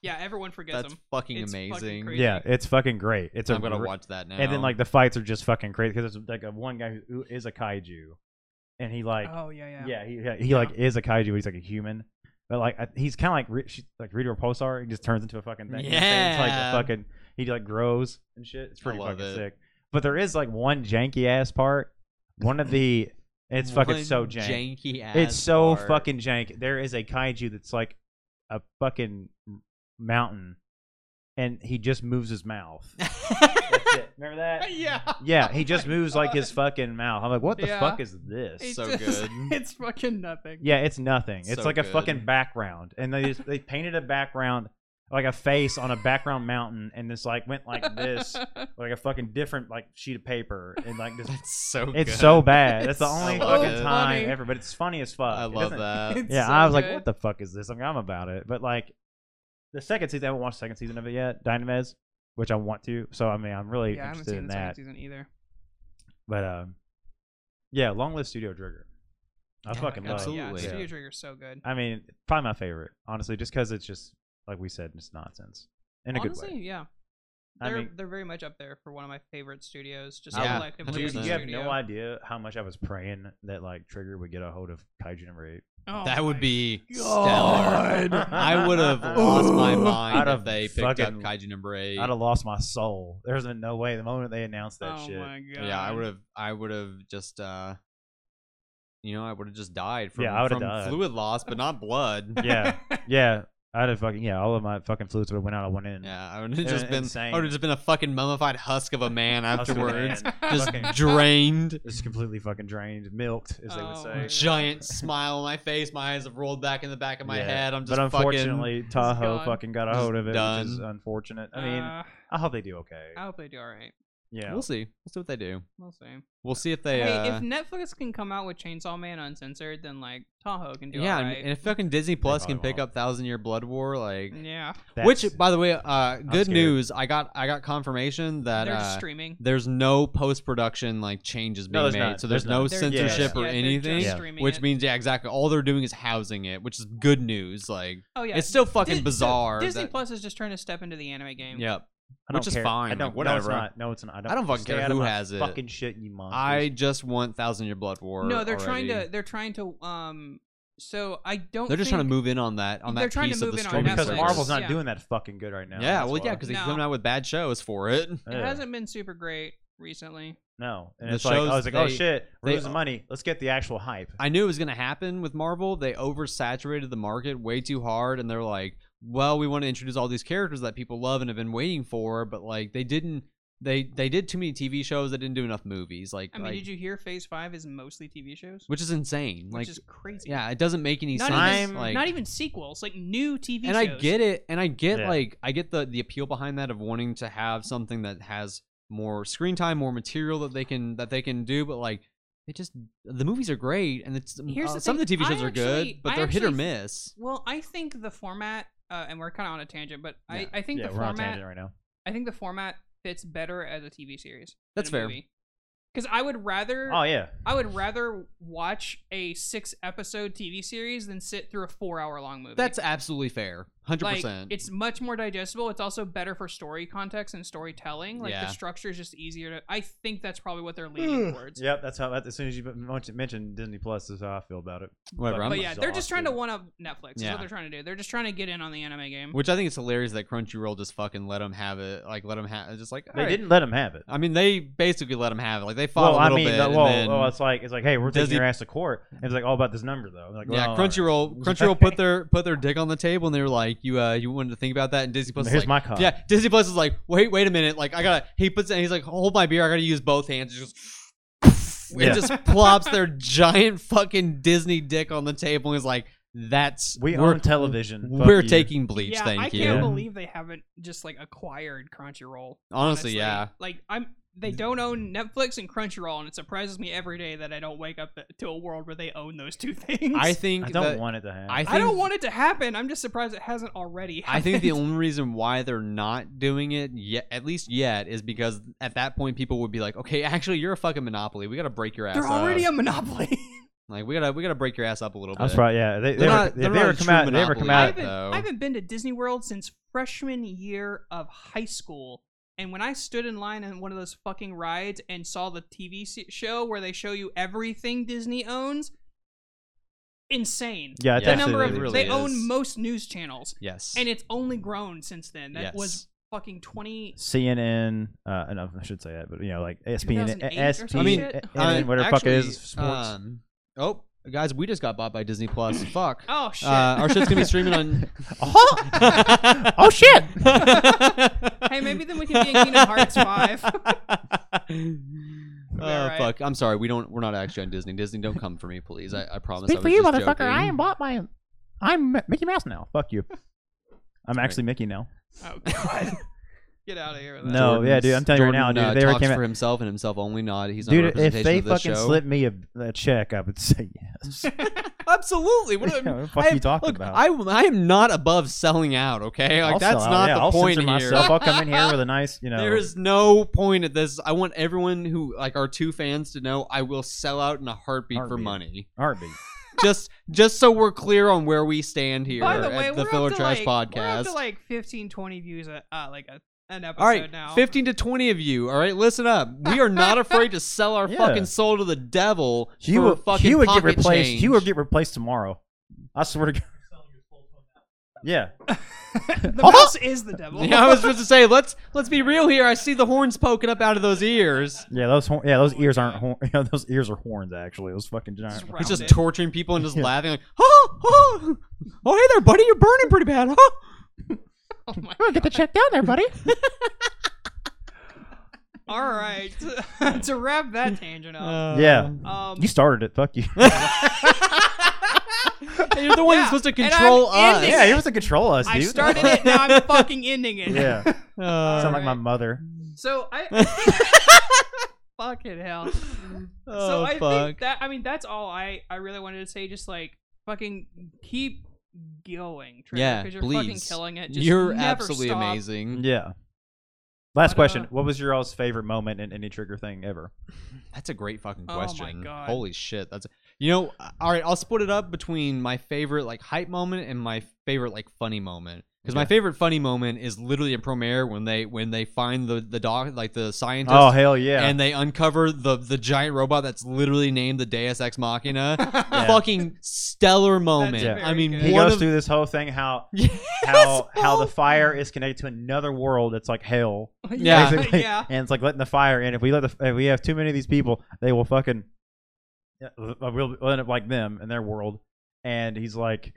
Speaker 3: yeah, everyone forgets
Speaker 1: that's
Speaker 3: them.
Speaker 1: fucking
Speaker 3: It's fucking
Speaker 1: amazing.
Speaker 3: crazy.
Speaker 2: Yeah, it's fucking great. It's a
Speaker 1: I'm gonna
Speaker 2: gr-
Speaker 1: watch that now.
Speaker 2: and then like the fights are just fucking crazy because there's like a one guy who, who is a kaiju, and he like
Speaker 3: oh yeah, yeah.
Speaker 2: yeah, he he, he like is a kaiju, but he's like a human. But like I, he's kind of like Re- she's like Reader Pulsar. He just turns into a fucking thing. You know what I'm saying?
Speaker 1: Yeah.
Speaker 2: it's like a fucking he like grows and shit. It's
Speaker 1: I
Speaker 2: pretty
Speaker 1: love
Speaker 2: fucking
Speaker 1: it.
Speaker 2: sick. But there is like one janky ass part. One of the it's fucking
Speaker 1: One
Speaker 2: so jank.
Speaker 1: janky. Ass
Speaker 2: It's so
Speaker 1: part.
Speaker 2: fucking jank. There is a kaiju that's like a fucking mountain, and he just moves his
Speaker 1: [LAUGHS]
Speaker 2: mouth. That's it. Remember that?
Speaker 3: [LAUGHS] yeah.
Speaker 2: Yeah, he just
Speaker 3: Oh
Speaker 2: moves
Speaker 3: my
Speaker 2: like his fucking mouth. I'm like, what the
Speaker 3: Yeah.
Speaker 2: fuck is this?
Speaker 3: It
Speaker 1: so
Speaker 3: just-
Speaker 1: good. [LAUGHS]
Speaker 2: [LAUGHS]
Speaker 3: It's fucking nothing.
Speaker 2: yeah, it's nothing. It's
Speaker 1: So
Speaker 2: like
Speaker 1: good.
Speaker 2: a fucking background, and they just, they painted a background like a face on a background mountain, and this like went
Speaker 1: [LAUGHS]
Speaker 2: like
Speaker 3: [LAUGHS]
Speaker 2: this, like a fucking different like sheet of paper, and like just.
Speaker 1: That's so.
Speaker 2: It's
Speaker 1: good.
Speaker 2: so bad. That's the
Speaker 1: It's
Speaker 2: only
Speaker 1: so
Speaker 2: fucking
Speaker 1: good.
Speaker 2: time
Speaker 3: Funny.
Speaker 2: ever, but it's funny as fuck.
Speaker 1: I
Speaker 2: It
Speaker 1: love
Speaker 2: doesn't- [LAUGHS]
Speaker 1: that.
Speaker 3: It's
Speaker 2: Yeah,
Speaker 3: so
Speaker 2: I was like,
Speaker 3: good.
Speaker 2: what the fuck is this? I'm, I'm about it, but like, the second season I haven't watched the second season of it yet, Dynamez, which I want to. So I mean, I'm really
Speaker 3: Yeah, I haven't
Speaker 2: interested
Speaker 3: seen
Speaker 2: in
Speaker 3: the
Speaker 2: that.
Speaker 3: second season either.
Speaker 2: But um, yeah, long live Studio Trigger. I
Speaker 1: Yeah,
Speaker 2: fucking love.
Speaker 3: Oh Yeah,
Speaker 1: absolutely.
Speaker 2: Yeah.
Speaker 3: Studio Trigger's so good.
Speaker 2: I mean, probably my favorite, honestly, just because it's just like we said, it's nonsense in a
Speaker 3: Honestly,
Speaker 2: good way.
Speaker 3: yeah.
Speaker 2: I
Speaker 3: They're
Speaker 2: mean-
Speaker 3: they're very much up there for one of my favorite studios. Just
Speaker 1: Yeah,
Speaker 3: collectively,
Speaker 2: Dude,
Speaker 3: as a
Speaker 1: 100%.
Speaker 2: you have
Speaker 3: studio.
Speaker 2: no idea how much I was praying that like Trigger would get a hold of Kaiju number eight.
Speaker 3: Oh
Speaker 1: That would
Speaker 3: my
Speaker 1: be
Speaker 2: Oh
Speaker 1: stellar.
Speaker 2: God.
Speaker 3: [LAUGHS]
Speaker 1: I
Speaker 2: [LAUGHS]
Speaker 1: would have lost my mind if
Speaker 2: I'd have
Speaker 1: they picked up
Speaker 2: fucking-
Speaker 1: Kaiju number eight.
Speaker 2: I'd have lost my soul. There's no way. The moment they announced that
Speaker 3: oh
Speaker 2: shit,
Speaker 3: my god.
Speaker 1: Yeah, I would have. I would have just. uh You know, I would have just died from,
Speaker 2: Yeah, I would've
Speaker 1: from
Speaker 2: died.
Speaker 1: fluid loss, but not
Speaker 2: [LAUGHS]
Speaker 1: blood. [LAUGHS]
Speaker 3: [LAUGHS]
Speaker 2: yeah, yeah, I'd have fucking yeah. All of my fucking fluids would have went out of one end.
Speaker 1: Yeah, I would have
Speaker 2: They're
Speaker 1: just been. I
Speaker 2: insane.
Speaker 1: would have just been a fucking mummified husk of a man
Speaker 2: [LAUGHS] Husk of a
Speaker 3: [LAUGHS]
Speaker 1: afterwards,
Speaker 2: man.
Speaker 1: [LAUGHS] just
Speaker 2: Fucking-
Speaker 1: drained.
Speaker 2: just completely fucking drained, milked, as they
Speaker 3: Oh
Speaker 2: would
Speaker 3: my
Speaker 2: say.
Speaker 3: God.
Speaker 1: Giant smile on my face. My eyes have rolled back in the back of my
Speaker 2: Yeah,
Speaker 1: head. I'm just
Speaker 2: but
Speaker 1: fucking.
Speaker 2: unfortunately, Tahoe
Speaker 3: gone.
Speaker 2: fucking got a
Speaker 1: Just
Speaker 2: hold of it, which is
Speaker 1: done.
Speaker 2: unfortunate. I mean,
Speaker 3: Uh,
Speaker 2: I hope they do okay.
Speaker 3: I hope they do all right.
Speaker 2: Yeah.
Speaker 1: We'll see. We'll see what they do.
Speaker 3: We'll see.
Speaker 1: We'll see if they.
Speaker 3: Hey,
Speaker 1: uh,
Speaker 3: if Netflix can come out with Chainsaw Man uncensored, then like Tahoe can do
Speaker 1: yeah, and-
Speaker 3: alright.
Speaker 1: and if fucking Disney Plus can
Speaker 2: probably
Speaker 1: pick
Speaker 2: won't.
Speaker 1: up Thousand Year Blood War, like,
Speaker 3: yeah,
Speaker 1: which
Speaker 2: That's-
Speaker 1: by the way, uh, good
Speaker 2: scared.
Speaker 1: news. I got I got confirmation that
Speaker 3: they're
Speaker 1: uh,
Speaker 3: just streaming.
Speaker 1: there's no post production like changes being
Speaker 2: No, there's
Speaker 1: made,
Speaker 2: not.
Speaker 1: so there's,
Speaker 2: There's
Speaker 1: no
Speaker 2: not.
Speaker 3: They're
Speaker 1: censorship
Speaker 3: just-
Speaker 1: or
Speaker 3: yeah, they're
Speaker 1: anything.
Speaker 3: just
Speaker 2: Yeah.
Speaker 3: streaming
Speaker 1: Which
Speaker 3: it.
Speaker 1: means, yeah, exactly. All they're doing is housing it, which is good news. Like,
Speaker 3: oh yeah,
Speaker 1: it's still fucking
Speaker 3: Di- so
Speaker 1: bizarre.
Speaker 3: Disney
Speaker 1: that-
Speaker 3: Plus is just trying to step into the anime game.
Speaker 1: Yep.
Speaker 2: I don't
Speaker 1: which is
Speaker 2: care.
Speaker 1: fine,
Speaker 2: I
Speaker 1: like,
Speaker 2: don't. No, it's
Speaker 1: whatever.
Speaker 2: not. No, it's not. I don't,
Speaker 1: I don't fucking
Speaker 2: stay
Speaker 1: care
Speaker 2: out of
Speaker 1: who
Speaker 2: my
Speaker 1: has it.
Speaker 2: Fucking shit, you monsters.
Speaker 1: I just want Thousand Year Blood War.
Speaker 3: No, they're
Speaker 1: already.
Speaker 3: trying to. They're trying to. Um. So I don't.
Speaker 1: They're just trying to
Speaker 3: think-
Speaker 1: move in on that on
Speaker 3: They're
Speaker 1: that
Speaker 3: trying to
Speaker 1: piece of
Speaker 3: move
Speaker 1: the
Speaker 3: in
Speaker 2: Well,
Speaker 3: on
Speaker 1: streaming
Speaker 2: because
Speaker 3: Netflix.
Speaker 1: service.
Speaker 2: Marvel's not
Speaker 3: Yeah.
Speaker 2: doing that fucking good right now.
Speaker 1: yeah,
Speaker 2: that's
Speaker 1: well, yeah,
Speaker 2: why.
Speaker 1: because they're
Speaker 3: No.
Speaker 1: coming out with bad shows for it.
Speaker 3: It
Speaker 2: Ugh.
Speaker 3: hasn't been super great recently.
Speaker 2: No, and
Speaker 1: The
Speaker 2: it's like I
Speaker 1: shows,
Speaker 2: was like, oh
Speaker 1: they-
Speaker 2: shit, we're
Speaker 1: they-
Speaker 2: losing money. Let's get the actual hype.
Speaker 1: I knew it was going to happen with Marvel. They oversaturated the market way too hard, and they're like, "Well, we want to introduce all these characters that people love and have been waiting for," but like they didn't. They they did too many TV shows. They didn't do enough movies. Like,
Speaker 3: I mean,
Speaker 1: like-
Speaker 3: did you hear Phase Five is mostly TV shows,
Speaker 1: which is insane.
Speaker 3: which
Speaker 1: Like,
Speaker 3: is crazy.
Speaker 1: yeah, it doesn't make any
Speaker 3: Not
Speaker 1: sense.
Speaker 2: even-
Speaker 1: like,
Speaker 3: Not even sequels, like new TV
Speaker 1: and
Speaker 3: shows.
Speaker 1: I get it, and I get
Speaker 2: Yeah.
Speaker 1: like I get the the appeal behind that of wanting to have something that has more screen time, more material that they can that they can do, but like they just the movies are great, and it's
Speaker 3: Here's
Speaker 1: uh,
Speaker 3: the
Speaker 1: some of the
Speaker 3: thing,
Speaker 1: TV
Speaker 3: I
Speaker 1: shows are
Speaker 3: actually-
Speaker 1: good, but
Speaker 3: I
Speaker 1: they're hit or
Speaker 3: actually-
Speaker 1: miss.
Speaker 3: Well, I think the format, uh, and we're kind of on a tangent, but
Speaker 1: Yeah.
Speaker 3: I, I think
Speaker 2: Yeah,
Speaker 3: the
Speaker 2: we're on a
Speaker 3: format,
Speaker 2: tangent right now.
Speaker 3: I think the format fits better as a TV series.
Speaker 1: That's fair.
Speaker 3: Because I would rather,
Speaker 2: Oh yeah,
Speaker 3: I would rather watch a six episode TV series than sit through a four hour long movie.
Speaker 1: That's absolutely fair, hundred
Speaker 3: like
Speaker 1: percent.
Speaker 3: it's much more digestible. It's also better for story context and storytelling. Like
Speaker 1: Yeah.
Speaker 3: the structure is just easier to. I think that's probably what they're leaning towards.
Speaker 2: Yep, that's how. That, as soon as you mention- mention Disney Plus, is how I feel about it.
Speaker 1: Whatever. I'm,
Speaker 3: But yeah, they're just trying to
Speaker 2: exhausted.
Speaker 3: one up Netflix. Is
Speaker 1: Yeah.
Speaker 3: what they're trying to do. They're just trying to get in on the anime game.
Speaker 1: which I think it's hilarious that Crunchyroll just fucking let them have it. Like let them have just like
Speaker 2: They
Speaker 1: alright.
Speaker 2: didn't let them have it.
Speaker 1: I mean, they basically let them have it. Like they fought
Speaker 2: Well,
Speaker 1: a
Speaker 2: I
Speaker 1: little
Speaker 2: mean,
Speaker 1: bit.
Speaker 2: uh,
Speaker 1: and
Speaker 2: well,
Speaker 1: then-
Speaker 2: well, it's like it's like, hey, we're taking
Speaker 1: Disney-
Speaker 2: your ass to court. And it's like all about this number though. Like,
Speaker 1: yeah,
Speaker 2: well, all right.
Speaker 1: Crunchyroll, Crunchyroll put their put their dick on the table, and they were like, "You, uh, you wanted to think about that." And Disney Plus, is
Speaker 2: Here's
Speaker 1: like,
Speaker 2: my cop.
Speaker 1: [LAUGHS] yeah, Disney Plus is like, "Wait, wait a minute!" Like, I gotta. He puts it, and he's like, "Hold my beer, I gotta use both hands." It just, [LAUGHS]
Speaker 2: Yeah.
Speaker 1: it just plops their [LAUGHS] giant fucking Disney dick on the table, and is like, "That's
Speaker 2: we
Speaker 1: are
Speaker 2: own television. Fuck
Speaker 1: we're
Speaker 2: you.
Speaker 1: taking bleach."
Speaker 3: yeah,
Speaker 1: thank
Speaker 3: I
Speaker 1: you.
Speaker 3: can't
Speaker 2: Yeah.
Speaker 3: believe they haven't just like acquired Crunchyroll.
Speaker 1: Honestly, yeah.
Speaker 3: Like I'm, they don't own Netflix and Crunchyroll, and it surprises me every day that I don't wake up to a world where they own those two [LAUGHS] things.
Speaker 1: I think
Speaker 2: I don't
Speaker 1: that-
Speaker 2: want it to happen.
Speaker 1: I
Speaker 3: I don't
Speaker 1: think-
Speaker 3: want it to happen. I'm just surprised it hasn't already.
Speaker 1: I think the
Speaker 3: happened.
Speaker 1: only reason why they're not doing it yet, at least yet, is because at that point people would be like, "Okay, actually, you're a fucking monopoly. We gotta break your ass."
Speaker 3: they're already
Speaker 1: up.
Speaker 3: a monopoly.
Speaker 1: like we gotta we gotta break your ass up a little bit.
Speaker 2: That's right. Yeah, they, they,
Speaker 1: They're
Speaker 2: were-
Speaker 1: not-
Speaker 2: if they
Speaker 1: they're not
Speaker 2: ever
Speaker 1: a
Speaker 2: come
Speaker 1: true
Speaker 2: out. They ever come
Speaker 1: monopoly.
Speaker 3: I
Speaker 2: out.
Speaker 1: I've
Speaker 3: haven't,
Speaker 1: though.
Speaker 3: I haven't been to Disney World since freshman year of high school. And when I stood in line on one of those fucking rides and saw the TV se- show where they show you everything Disney owns, insane.
Speaker 2: Yeah, it's
Speaker 1: The
Speaker 3: the
Speaker 1: Yes,
Speaker 2: actually
Speaker 3: number of
Speaker 1: it really
Speaker 3: they
Speaker 1: is.
Speaker 3: own most news channels,
Speaker 1: Yes.
Speaker 3: and it's only grown since then. That
Speaker 1: yes.
Speaker 3: was fucking twenty.
Speaker 2: CNN. Uh, and I should say that, but you know, like E ESPN,
Speaker 3: 2008 or some
Speaker 2: ESPN,
Speaker 3: shit?
Speaker 1: Uh,
Speaker 2: whatever the fuck it
Speaker 1: actually,
Speaker 2: is. Sports.
Speaker 1: um, oh, guys, we just got bought by Disney
Speaker 3: [COUGHS]
Speaker 1: Plus. Fuck.
Speaker 3: Oh shit!
Speaker 1: Uh, our shit's gonna be streaming on. uh,
Speaker 2: [LAUGHS] Oh!
Speaker 1: [LAUGHS]
Speaker 2: Oh, shit!
Speaker 3: [LAUGHS] [LAUGHS] hey, maybe then we can be in Kingdom
Speaker 1: [LAUGHS]
Speaker 3: Hearts Five. [LAUGHS]
Speaker 1: Oh
Speaker 3: alright.
Speaker 1: fuck! I'm sorry. We don't. We're not actually on Disney. Disney, don't come for me, please. I, I promise. I was
Speaker 2: Speak for you,
Speaker 1: just
Speaker 2: motherfucker.
Speaker 1: joking.
Speaker 2: I am bought my. I'm Mickey Mouse now. Fuck you. I'm actually Mickey now.
Speaker 3: oh god! [LAUGHS] Get out of here. With that.
Speaker 2: No, yeah, dude. I'm telling you right now,
Speaker 1: Jordan,
Speaker 2: dude.
Speaker 1: uh,
Speaker 2: they ever
Speaker 1: talks
Speaker 2: came
Speaker 1: for
Speaker 2: out,
Speaker 1: himself and himself only. Not he's not a
Speaker 2: dude. If
Speaker 1: representation
Speaker 2: they
Speaker 1: of this
Speaker 2: fucking
Speaker 1: show.
Speaker 2: slipped me a, a check, I would say yes.
Speaker 1: Absolutely. [LAUGHS]
Speaker 2: [LAUGHS]
Speaker 1: What,
Speaker 2: Yeah,
Speaker 1: am-
Speaker 2: what the fuck
Speaker 1: I
Speaker 2: you
Speaker 1: have-
Speaker 2: talking
Speaker 1: look,
Speaker 2: about?
Speaker 1: I, I am not above selling out, okay? Like,
Speaker 2: I'll
Speaker 1: that's
Speaker 2: sell out,
Speaker 1: not
Speaker 2: yeah,
Speaker 1: the
Speaker 2: I'll
Speaker 1: point
Speaker 2: censor
Speaker 1: here.
Speaker 2: Myself. I'll come in here with a nice, you
Speaker 1: [LAUGHS]
Speaker 2: know.
Speaker 1: There is no point at this. I want everyone who, like, our two fans to know I will sell out in a heartbeat, for
Speaker 2: Heartbeat.
Speaker 1: money. [LAUGHS]
Speaker 2: Heartbeat.
Speaker 1: just just so we're clear on where we stand here
Speaker 3: By the way,
Speaker 1: at the
Speaker 3: we're
Speaker 1: Filler
Speaker 3: up to
Speaker 1: Trash
Speaker 3: like, We're up
Speaker 1: Podcast.
Speaker 3: to like 15, 20 views a, uh, like a, an episode
Speaker 1: all right,
Speaker 3: now.
Speaker 1: 15 to 20 of you, all right, listen up. We are not afraid to sell our
Speaker 2: Yeah.
Speaker 1: fucking soul to the devil
Speaker 2: You
Speaker 1: for
Speaker 2: would,
Speaker 1: fucking
Speaker 2: you would get
Speaker 1: pocket
Speaker 2: replaced.
Speaker 1: change.
Speaker 2: You would get replaced tomorrow. I swear to God. Yeah.
Speaker 3: the mouse is the
Speaker 1: [LAUGHS]
Speaker 3: devil.
Speaker 1: Yeah, I was supposed to say let's let's be real here. I see the horns poking up out of those ears.
Speaker 2: Yeah, those horn, yeah, those ears aren't horn. [LAUGHS] Yeah, those ears are horns. Actually, those fucking giant.
Speaker 3: Just
Speaker 2: horns.
Speaker 1: He's
Speaker 3: Round
Speaker 1: just
Speaker 3: it.
Speaker 1: torturing people and just laughing like, oh, oh, oh, hey there, buddy, you're burning pretty bad, huh?
Speaker 3: [LAUGHS] oh my.
Speaker 4: Get the check down there, buddy.
Speaker 3: All right. [LAUGHS] to wrap that tangent up.
Speaker 2: Yeah.
Speaker 1: Uh,
Speaker 3: um,
Speaker 2: You started it.
Speaker 1: [LAUGHS]
Speaker 2: Fuck you.
Speaker 1: Hey, you're the one
Speaker 3: Yeah,
Speaker 1: that's supposed to
Speaker 3: and I'm
Speaker 1: control us.
Speaker 3: ending
Speaker 1: [LAUGHS]
Speaker 2: yeah, [LAUGHS] you're supposed to control us, dude.
Speaker 3: I started it. Now I'm fucking ending it.
Speaker 1: Oh,
Speaker 2: Yeah, sound like my
Speaker 3: Alright.
Speaker 2: mother.
Speaker 3: So I,
Speaker 1: [LAUGHS]
Speaker 3: [LAUGHS] fucking hell. so
Speaker 1: oh
Speaker 3: I
Speaker 1: fuck!
Speaker 3: think that I mean that's all I I really wanted to say. Just like fucking keep going, Trevor,
Speaker 1: Yeah,
Speaker 3: because you're fucking
Speaker 1: please.
Speaker 3: killing it. Just
Speaker 1: You're
Speaker 3: never
Speaker 1: absolutely
Speaker 3: stop. [LAUGHS]
Speaker 1: amazing.
Speaker 2: Mm, Yeah. Last
Speaker 3: But,
Speaker 2: question.
Speaker 3: uh,
Speaker 2: what was your all's favorite moment in any trigger thing ever?
Speaker 1: That's a great fucking
Speaker 3: Oh my
Speaker 1: question.
Speaker 3: God.
Speaker 1: Holy shit. That's you know, uh, all right, I'll split it up between my favorite like hype moment and my favorite like funny moment. Because my
Speaker 2: Okay.
Speaker 1: favorite funny moment is literally in Promare when they when they find the the dog like the scientist
Speaker 2: oh hell yeah!
Speaker 1: and they uncover the the giant robot that's literally named the Deus Ex
Speaker 3: [LAUGHS]
Speaker 1: Machina. Fucking stellar moment.
Speaker 2: Yeah.
Speaker 1: I
Speaker 3: very
Speaker 1: mean,
Speaker 3: good.
Speaker 2: he
Speaker 1: one
Speaker 2: goes
Speaker 1: of,
Speaker 2: through this whole thing how
Speaker 1: [LAUGHS] Yes,
Speaker 2: how how the
Speaker 1: Paul.
Speaker 2: fire is connected to another world. It's like hell.
Speaker 1: [LAUGHS] Yeah.
Speaker 2: basically.
Speaker 3: yeah.
Speaker 2: And it's like letting the fire in. If we let the if we have too many of these people, they will fucking yeah, we'll we'll end up like them in their world. And he's like,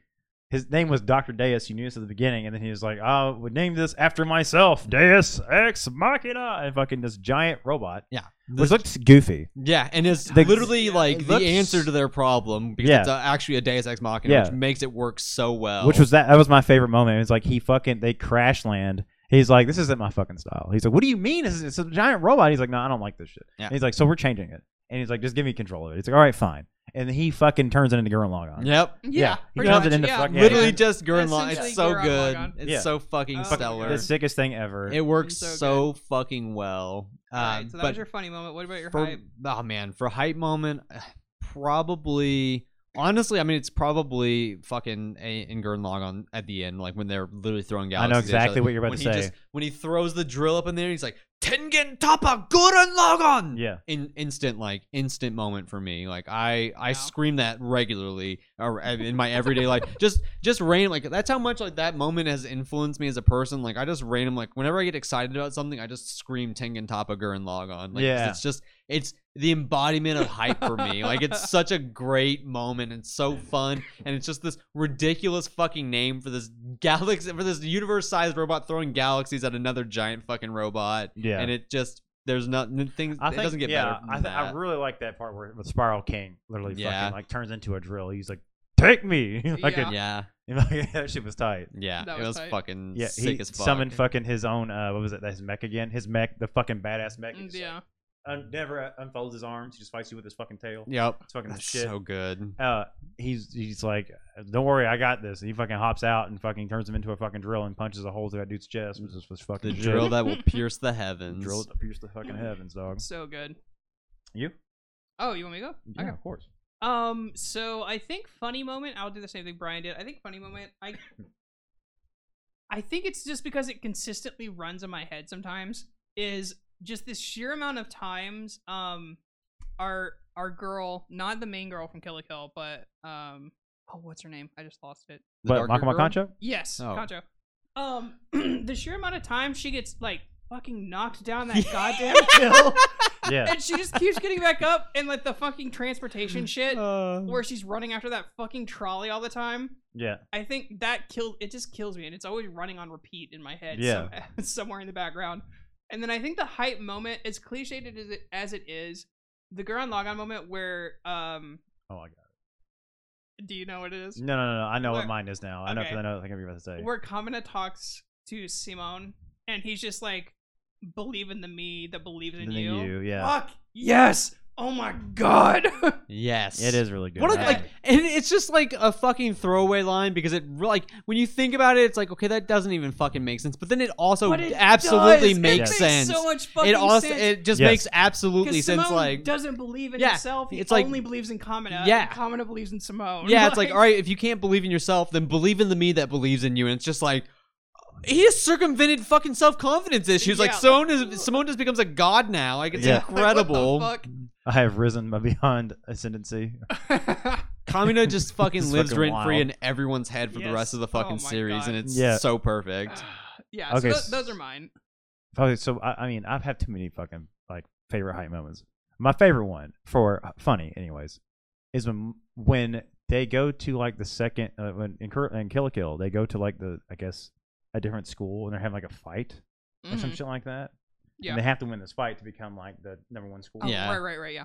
Speaker 2: his name was Doctor Deus. You knew this at the beginning, and then he was like, I would name this after myself, Deus Ex Machina, and fucking this giant robot,
Speaker 1: Yeah.
Speaker 2: which looks goofy.
Speaker 1: Yeah, and it's
Speaker 2: The-
Speaker 1: literally like
Speaker 2: it
Speaker 1: the
Speaker 2: looks-
Speaker 1: answer to their problem because
Speaker 2: Yeah.
Speaker 1: it's uh, actually a Deus Ex Machina,
Speaker 2: Yeah.
Speaker 1: which makes it work so well.
Speaker 2: Which was that? That was my favorite moment. It was like he fucking they crash land. He's like, this isn't my fucking style. He's like, what do you mean? It's, it's a giant robot. He's like, no, I don't like this shit.
Speaker 1: Yeah.
Speaker 2: And he's like, so we're changing it. And he's like, just give me control of it. He's like, all right, fine. And he fucking turns it into Gurren Lagann.
Speaker 1: Yep.
Speaker 3: Yeah,
Speaker 2: he
Speaker 3: pretty
Speaker 2: turns it
Speaker 3: much,
Speaker 2: into
Speaker 3: yeah.
Speaker 2: fucking-
Speaker 1: Literally
Speaker 2: Yeah.
Speaker 1: just Gurren Lagann.
Speaker 3: Essentially
Speaker 1: It's so
Speaker 3: Gurren
Speaker 1: good.
Speaker 3: Lagann.
Speaker 1: It's
Speaker 2: Yeah.
Speaker 1: so fucking
Speaker 3: Oh my
Speaker 1: stellar.
Speaker 2: The sickest thing ever.
Speaker 1: It works
Speaker 3: So
Speaker 1: so,
Speaker 3: good.
Speaker 1: fucking well. Um,
Speaker 3: Alright, so that
Speaker 1: but
Speaker 3: was your funny moment. What about your
Speaker 1: for,
Speaker 3: hype?
Speaker 1: oh man, for hype moment, uh, probably. Honestly, I mean, it's probably fucking a, in Gurren Lagann at the end, like when they're literally throwing
Speaker 2: I
Speaker 1: galaxies.
Speaker 2: know
Speaker 1: at each other.
Speaker 2: exactly what you're about
Speaker 1: when
Speaker 2: to
Speaker 1: he
Speaker 2: say.
Speaker 1: just when he throws the drill up in there, he's like Tengen Tapa Gurren Lagann.
Speaker 2: yeah.
Speaker 1: in instant like instant moment for me like i i
Speaker 3: Wow.
Speaker 1: scream that regularly
Speaker 2: [LAUGHS]
Speaker 1: or I- in my everyday life just just random like that's how much like that moment has influenced me as a person like i just random like whenever i get excited about something i just scream tengen tapa gurren lagann like 'cause
Speaker 2: Yeah.
Speaker 1: it's just it's the embodiment of hype for me like it's
Speaker 2: [LAUGHS]
Speaker 1: such a great moment and so fun and it's just this ridiculous fucking name for this galaxy for this universe sized robot throwing galaxies at another giant fucking robot
Speaker 2: Yeah.
Speaker 1: and it just there's nothing things
Speaker 2: I think,
Speaker 1: it doesn't get
Speaker 2: yeah,
Speaker 1: better.
Speaker 2: I,
Speaker 1: than
Speaker 2: th- I
Speaker 1: that.
Speaker 2: really like that part where with Spiral King literally
Speaker 1: Yeah.
Speaker 2: fucking like turns into a drill. He's like, take me. [LAUGHS] like
Speaker 3: Yeah.
Speaker 1: yeah,
Speaker 2: [LAUGHS] A, that shit was tight.
Speaker 1: yeah,
Speaker 3: That
Speaker 1: it
Speaker 3: was
Speaker 1: was
Speaker 3: tight.
Speaker 1: fucking
Speaker 2: Yeah,
Speaker 1: sick
Speaker 2: he
Speaker 1: as fuck.
Speaker 2: summoned fucking his own. Uh, what was it? His mech again. His mech, the fucking badass mech. He just, like,
Speaker 3: Mm, Yeah.
Speaker 2: un- never uh, unfolds his arms. He just fights you with his fucking tail.
Speaker 1: Yep,
Speaker 2: It's fucking the
Speaker 1: that's
Speaker 2: shit.
Speaker 1: so good.
Speaker 2: uh, he's he's like, don't worry, I got this. And he fucking hops out and fucking turns him into a fucking drill and punches a hole through that dude's chest, which is was fucking
Speaker 1: The
Speaker 2: shit.
Speaker 1: drill that will
Speaker 3: [LAUGHS]
Speaker 1: pierce the heavens.
Speaker 2: drill to pierce the fucking heavens, dog.
Speaker 3: So good.
Speaker 2: You?
Speaker 3: Oh, you want me to go?
Speaker 2: Yeah,
Speaker 3: Okay.
Speaker 2: of course.
Speaker 3: Um, so I think funny moment. I'll do the same thing Brian did. I think funny moment. I, I think it's just because it consistently runs in my head sometimes. Is just this sheer amount of times. Um, our our girl, not the main girl from Kill la Kill, but um, oh, what's her name? I just lost it.
Speaker 1: The
Speaker 2: But
Speaker 1: darker
Speaker 2: Makama
Speaker 1: girl?
Speaker 2: Concho?
Speaker 3: Yes,
Speaker 1: Oh.
Speaker 3: Concho. Um, [CLEARS THROAT] the sheer amount of time she gets like fucking knocked down that goddamn hill,
Speaker 2: [LAUGHS] Yeah.
Speaker 3: and she just keeps getting back up, and like the fucking transportation shit where she's running after that fucking trolley all the time.
Speaker 2: yeah.
Speaker 3: I think that killed it just kills me and it's always running on repeat in my head
Speaker 2: Yeah.
Speaker 3: some- [LAUGHS] somewhere in the background. And then I think the hype moment, as cliched as it, as it is, the Gurren Lagann moment where um
Speaker 2: Oh my god.
Speaker 3: do you know what it is?
Speaker 2: No, no, no. no. I know
Speaker 3: Where-
Speaker 2: what mine is now. I know
Speaker 3: Okay.
Speaker 2: because I know what I think you're about to say.
Speaker 3: Where Kamina talks to Simone and he's just like believe in the me that believes in
Speaker 2: Than
Speaker 3: you.
Speaker 2: yeah.
Speaker 3: Fuck yes! Oh my god. [LAUGHS]
Speaker 1: Yes,
Speaker 2: It is really good.
Speaker 1: What a,
Speaker 2: Yeah.
Speaker 1: like, and it's just like a fucking throwaway line because it re- like when you think about it, it's like okay, that doesn't even fucking make sense. But then it also
Speaker 3: But it
Speaker 1: absolutely
Speaker 3: does. It
Speaker 1: makes
Speaker 2: makes
Speaker 1: sense.
Speaker 3: so much fucking
Speaker 1: it also
Speaker 3: sense.
Speaker 1: it just
Speaker 2: Yes.
Speaker 1: makes absolutely
Speaker 3: Because
Speaker 1: sense.
Speaker 3: Simone
Speaker 1: Like
Speaker 3: doesn't believe in
Speaker 1: Yeah,
Speaker 3: himself. He
Speaker 1: it's like-
Speaker 3: only believes in Kamina.
Speaker 1: Yeah.
Speaker 3: and Kamina believes in Simone.
Speaker 1: Yeah, it's like, all right, if you can't believe in yourself, then believe in the me that believes in you. And it's just like, he has circumvented fucking self confidence issues. Like,
Speaker 3: Yeah.
Speaker 1: Simone, is, Simone just becomes a god now. Like, it's
Speaker 2: Yeah.
Speaker 3: Like, what the
Speaker 1: incredible.
Speaker 3: fuck?
Speaker 2: I have risen beyond ascendancy.
Speaker 1: Kamina
Speaker 2: [LAUGHS]
Speaker 1: just fucking
Speaker 2: It's
Speaker 1: lives
Speaker 2: fucking
Speaker 1: rent free
Speaker 2: wild.
Speaker 1: in everyone's head for the rest
Speaker 3: Yes.
Speaker 1: of the fucking
Speaker 3: Oh my
Speaker 1: series,
Speaker 3: God.
Speaker 1: and it's
Speaker 2: Yeah.
Speaker 1: so perfect.
Speaker 3: [LAUGHS] yeah,
Speaker 2: Okay,
Speaker 3: so tho-
Speaker 2: s-
Speaker 3: those are mine.
Speaker 2: Okay, so I, I mean, I've had too many fucking like favorite hype moments. My favorite one for funny, anyways, is when when they go to like the second uh, when in, Cur- in Kill la Kill they go to like the I guess a different school and they're having like a fight or some
Speaker 3: Mhm.
Speaker 2: shit like that.
Speaker 3: Yeah.
Speaker 2: And they have to win this fight to become like the number one school.
Speaker 3: Oh,
Speaker 1: Yeah.
Speaker 3: Right, right,
Speaker 2: [LAUGHS]
Speaker 3: right. Yeah.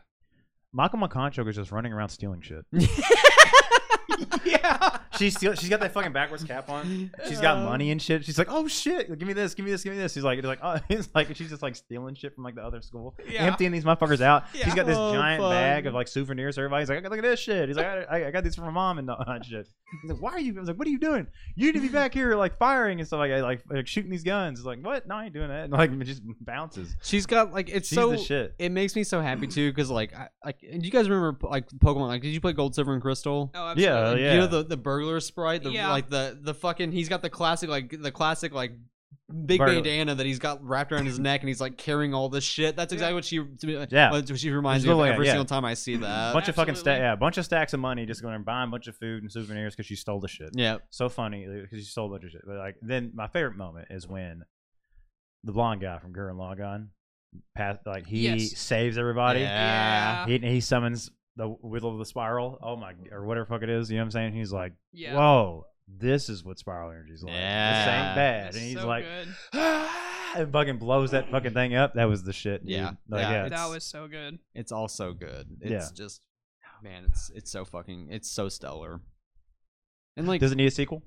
Speaker 2: Malcolm McConaughey is just running around stealing shit.
Speaker 3: yeah.
Speaker 2: She steal, she's got that fucking backwards cap on. She's got money and shit. She's like, oh shit, give me this, give me this, give me this. She's like, it's like, [LAUGHS] oh, it's like she's just like stealing shit from like the other school,
Speaker 3: Yeah.
Speaker 2: emptying these motherfuckers out.
Speaker 3: [LAUGHS] Yeah.
Speaker 2: She's got this
Speaker 1: Oh,
Speaker 2: giant
Speaker 1: fuck.
Speaker 2: bag of like souvenirs. Everybody's like, look at this shit. He's like, I, I- I got these from my mom [LAUGHS] and all that shit. He's like, why are you? I was like, what are you doing? You
Speaker 3: [LAUGHS]
Speaker 2: need to be back here like firing and stuff like that, like, like shooting these guns. It's like, what? No, I ain't doing that. [LAUGHS] And like, it just bounces.
Speaker 1: She's got like it's
Speaker 2: She's
Speaker 1: so
Speaker 2: the shit.
Speaker 1: it makes me so happy too because like I, like do you guys remember like Pokemon like did you play Gold Silver and Crystal?
Speaker 3: Oh,
Speaker 2: Yeah,
Speaker 3: absolutely.
Speaker 1: Like, You know the the burglar sprite, the
Speaker 3: Yeah.
Speaker 1: like the the fucking he's got the classic like the classic like big
Speaker 2: Burglar.
Speaker 1: bandana that he's got wrapped around his neck and he's like carrying all this shit. That's
Speaker 3: Yeah.
Speaker 1: exactly what she to me,
Speaker 2: Yeah.
Speaker 1: what she reminds me
Speaker 2: Just
Speaker 1: of
Speaker 2: look like
Speaker 1: every
Speaker 2: it, yeah.
Speaker 1: single time I see that.
Speaker 2: bunch of fucking sta-
Speaker 3: uh, Absolutely.
Speaker 2: yeah, bunch of stacks of money just going and buying a bunch of food and souvenirs because she stole the shit.
Speaker 1: yeah.
Speaker 2: So funny because she stole a bunch of shit. But like then my favorite moment is when the blonde guy from Gurren Lagann, pass like he
Speaker 3: Yes.
Speaker 2: saves everybody.
Speaker 3: Yeah.
Speaker 2: He he summons the Whittle of the Spiral. Oh my, or whatever fuck it is. You know what I'm saying? He's like,
Speaker 3: Yeah.
Speaker 2: whoa. This is what spiral energy's like. This
Speaker 1: Yeah.
Speaker 2: ain't bad.
Speaker 3: That's
Speaker 2: and he's
Speaker 3: so
Speaker 2: like, "Ah,"
Speaker 3: good.
Speaker 2: and fucking blows that fucking thing up. That was the shit. dude.
Speaker 1: Yeah.
Speaker 2: Like,
Speaker 1: Yeah.
Speaker 2: yeah.
Speaker 3: that
Speaker 1: it's-
Speaker 3: was so good.
Speaker 1: It's all so good. It's
Speaker 2: Yeah.
Speaker 1: just man, it's it's so fucking it's so stellar. And like
Speaker 2: Does it need a sequel?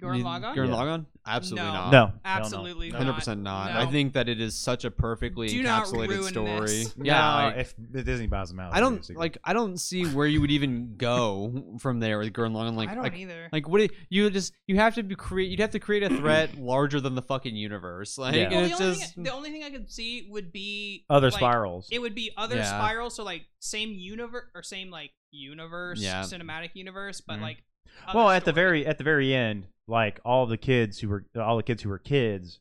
Speaker 3: Gurren
Speaker 1: you-
Speaker 3: Lagann.
Speaker 1: Gurren
Speaker 2: Yeah.
Speaker 1: Lagann? Absolutely
Speaker 3: No.
Speaker 1: not.
Speaker 2: no.
Speaker 3: Absolutely
Speaker 2: No.
Speaker 1: Uh, Hundred percent
Speaker 3: not.
Speaker 1: not.
Speaker 3: No.
Speaker 1: I think that it is such a perfectly
Speaker 3: Do not
Speaker 1: encapsulated
Speaker 3: ruin
Speaker 1: story.
Speaker 3: this.
Speaker 1: Yeah,
Speaker 2: No,
Speaker 1: like,
Speaker 2: if if Disney buys them out,
Speaker 1: I
Speaker 2: they do a
Speaker 1: don't
Speaker 2: sequel.
Speaker 1: like. I don't see where you would even go from there with Gurren Lagann. Like,
Speaker 3: I don't
Speaker 1: like,
Speaker 3: either.
Speaker 1: like what? It, you would just you have to be create. You'd have to create a
Speaker 2: [COUGHS]
Speaker 1: threat larger than the fucking universe. Like,
Speaker 2: Yeah.
Speaker 1: and
Speaker 3: well, the,
Speaker 1: it's
Speaker 3: only
Speaker 1: just
Speaker 3: thing, the only thing I could see would be
Speaker 2: other
Speaker 3: like,
Speaker 2: spirals.
Speaker 3: It would be other
Speaker 1: Yeah.
Speaker 3: spirals, so like same universe or same like universe,
Speaker 1: Yeah.
Speaker 3: cinematic universe, but
Speaker 2: Mhm.
Speaker 3: like. other
Speaker 2: well, at the
Speaker 3: story.
Speaker 2: very at the very end, like all the kids who were all the kids who were kids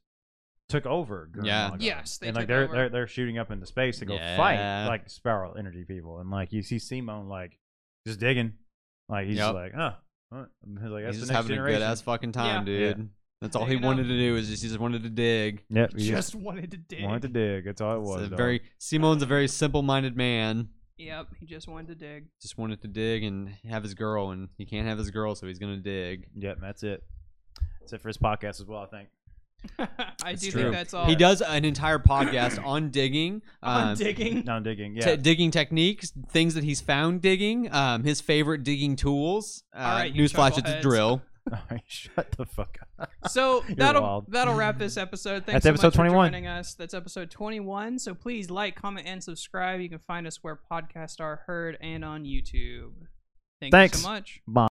Speaker 2: took over. Gurren
Speaker 1: Yeah.
Speaker 2: Lagann.
Speaker 3: Yes, they
Speaker 2: and like
Speaker 3: took
Speaker 2: they're
Speaker 3: over.
Speaker 2: they're they're shooting up into space to go fight
Speaker 1: Yeah.
Speaker 2: like spiral energy people, and like you see Simon like just digging, like he's
Speaker 1: Yep.
Speaker 2: like, huh. huh." And He's like, that's
Speaker 1: he's
Speaker 2: the
Speaker 1: just
Speaker 2: next
Speaker 1: having
Speaker 2: generation.
Speaker 1: a good ass fucking time,
Speaker 2: Yeah. Yeah.
Speaker 1: dude. That's all he
Speaker 3: Digging up.
Speaker 1: wanted to do is just he just wanted to dig.
Speaker 2: Yep, he just
Speaker 3: just wanted to dig.
Speaker 2: wanted to dig. That's all it
Speaker 1: It's
Speaker 2: was.
Speaker 1: a
Speaker 2: dog.
Speaker 1: very Simone's a very simple minded man.
Speaker 3: Yep, he just wanted to dig. [LAUGHS]
Speaker 1: Just wanted to dig and have his girl, and he can't have his girl, so he's gonna dig.
Speaker 2: Yep, that's it. That's it for his podcast as well. I think.
Speaker 3: I
Speaker 1: It's
Speaker 3: do
Speaker 1: true.
Speaker 3: think that's all.
Speaker 1: He does an entire podcast on digging.
Speaker 3: [LAUGHS] on
Speaker 1: um,
Speaker 3: [LAUGHS] digging.
Speaker 2: No I'm digging. Yeah.
Speaker 1: te-
Speaker 2: [LAUGHS]
Speaker 1: digging techniques, things that he's found digging, um, his favorite digging tools. Uh,
Speaker 3: right, you
Speaker 1: newsflash, it's a
Speaker 3: chuckleheads.
Speaker 1: drill.
Speaker 2: Shut the fuck up.
Speaker 3: So that'll
Speaker 2: wild.
Speaker 3: that'll wrap this episode.
Speaker 2: That's
Speaker 3: Thanks so
Speaker 2: episode
Speaker 3: much
Speaker 2: 21.
Speaker 3: for joining us. That's episode 21. So please like, comment, and subscribe. You can find us where podcasts are heard and on YouTube. Thank
Speaker 2: Thanks.
Speaker 3: you so much.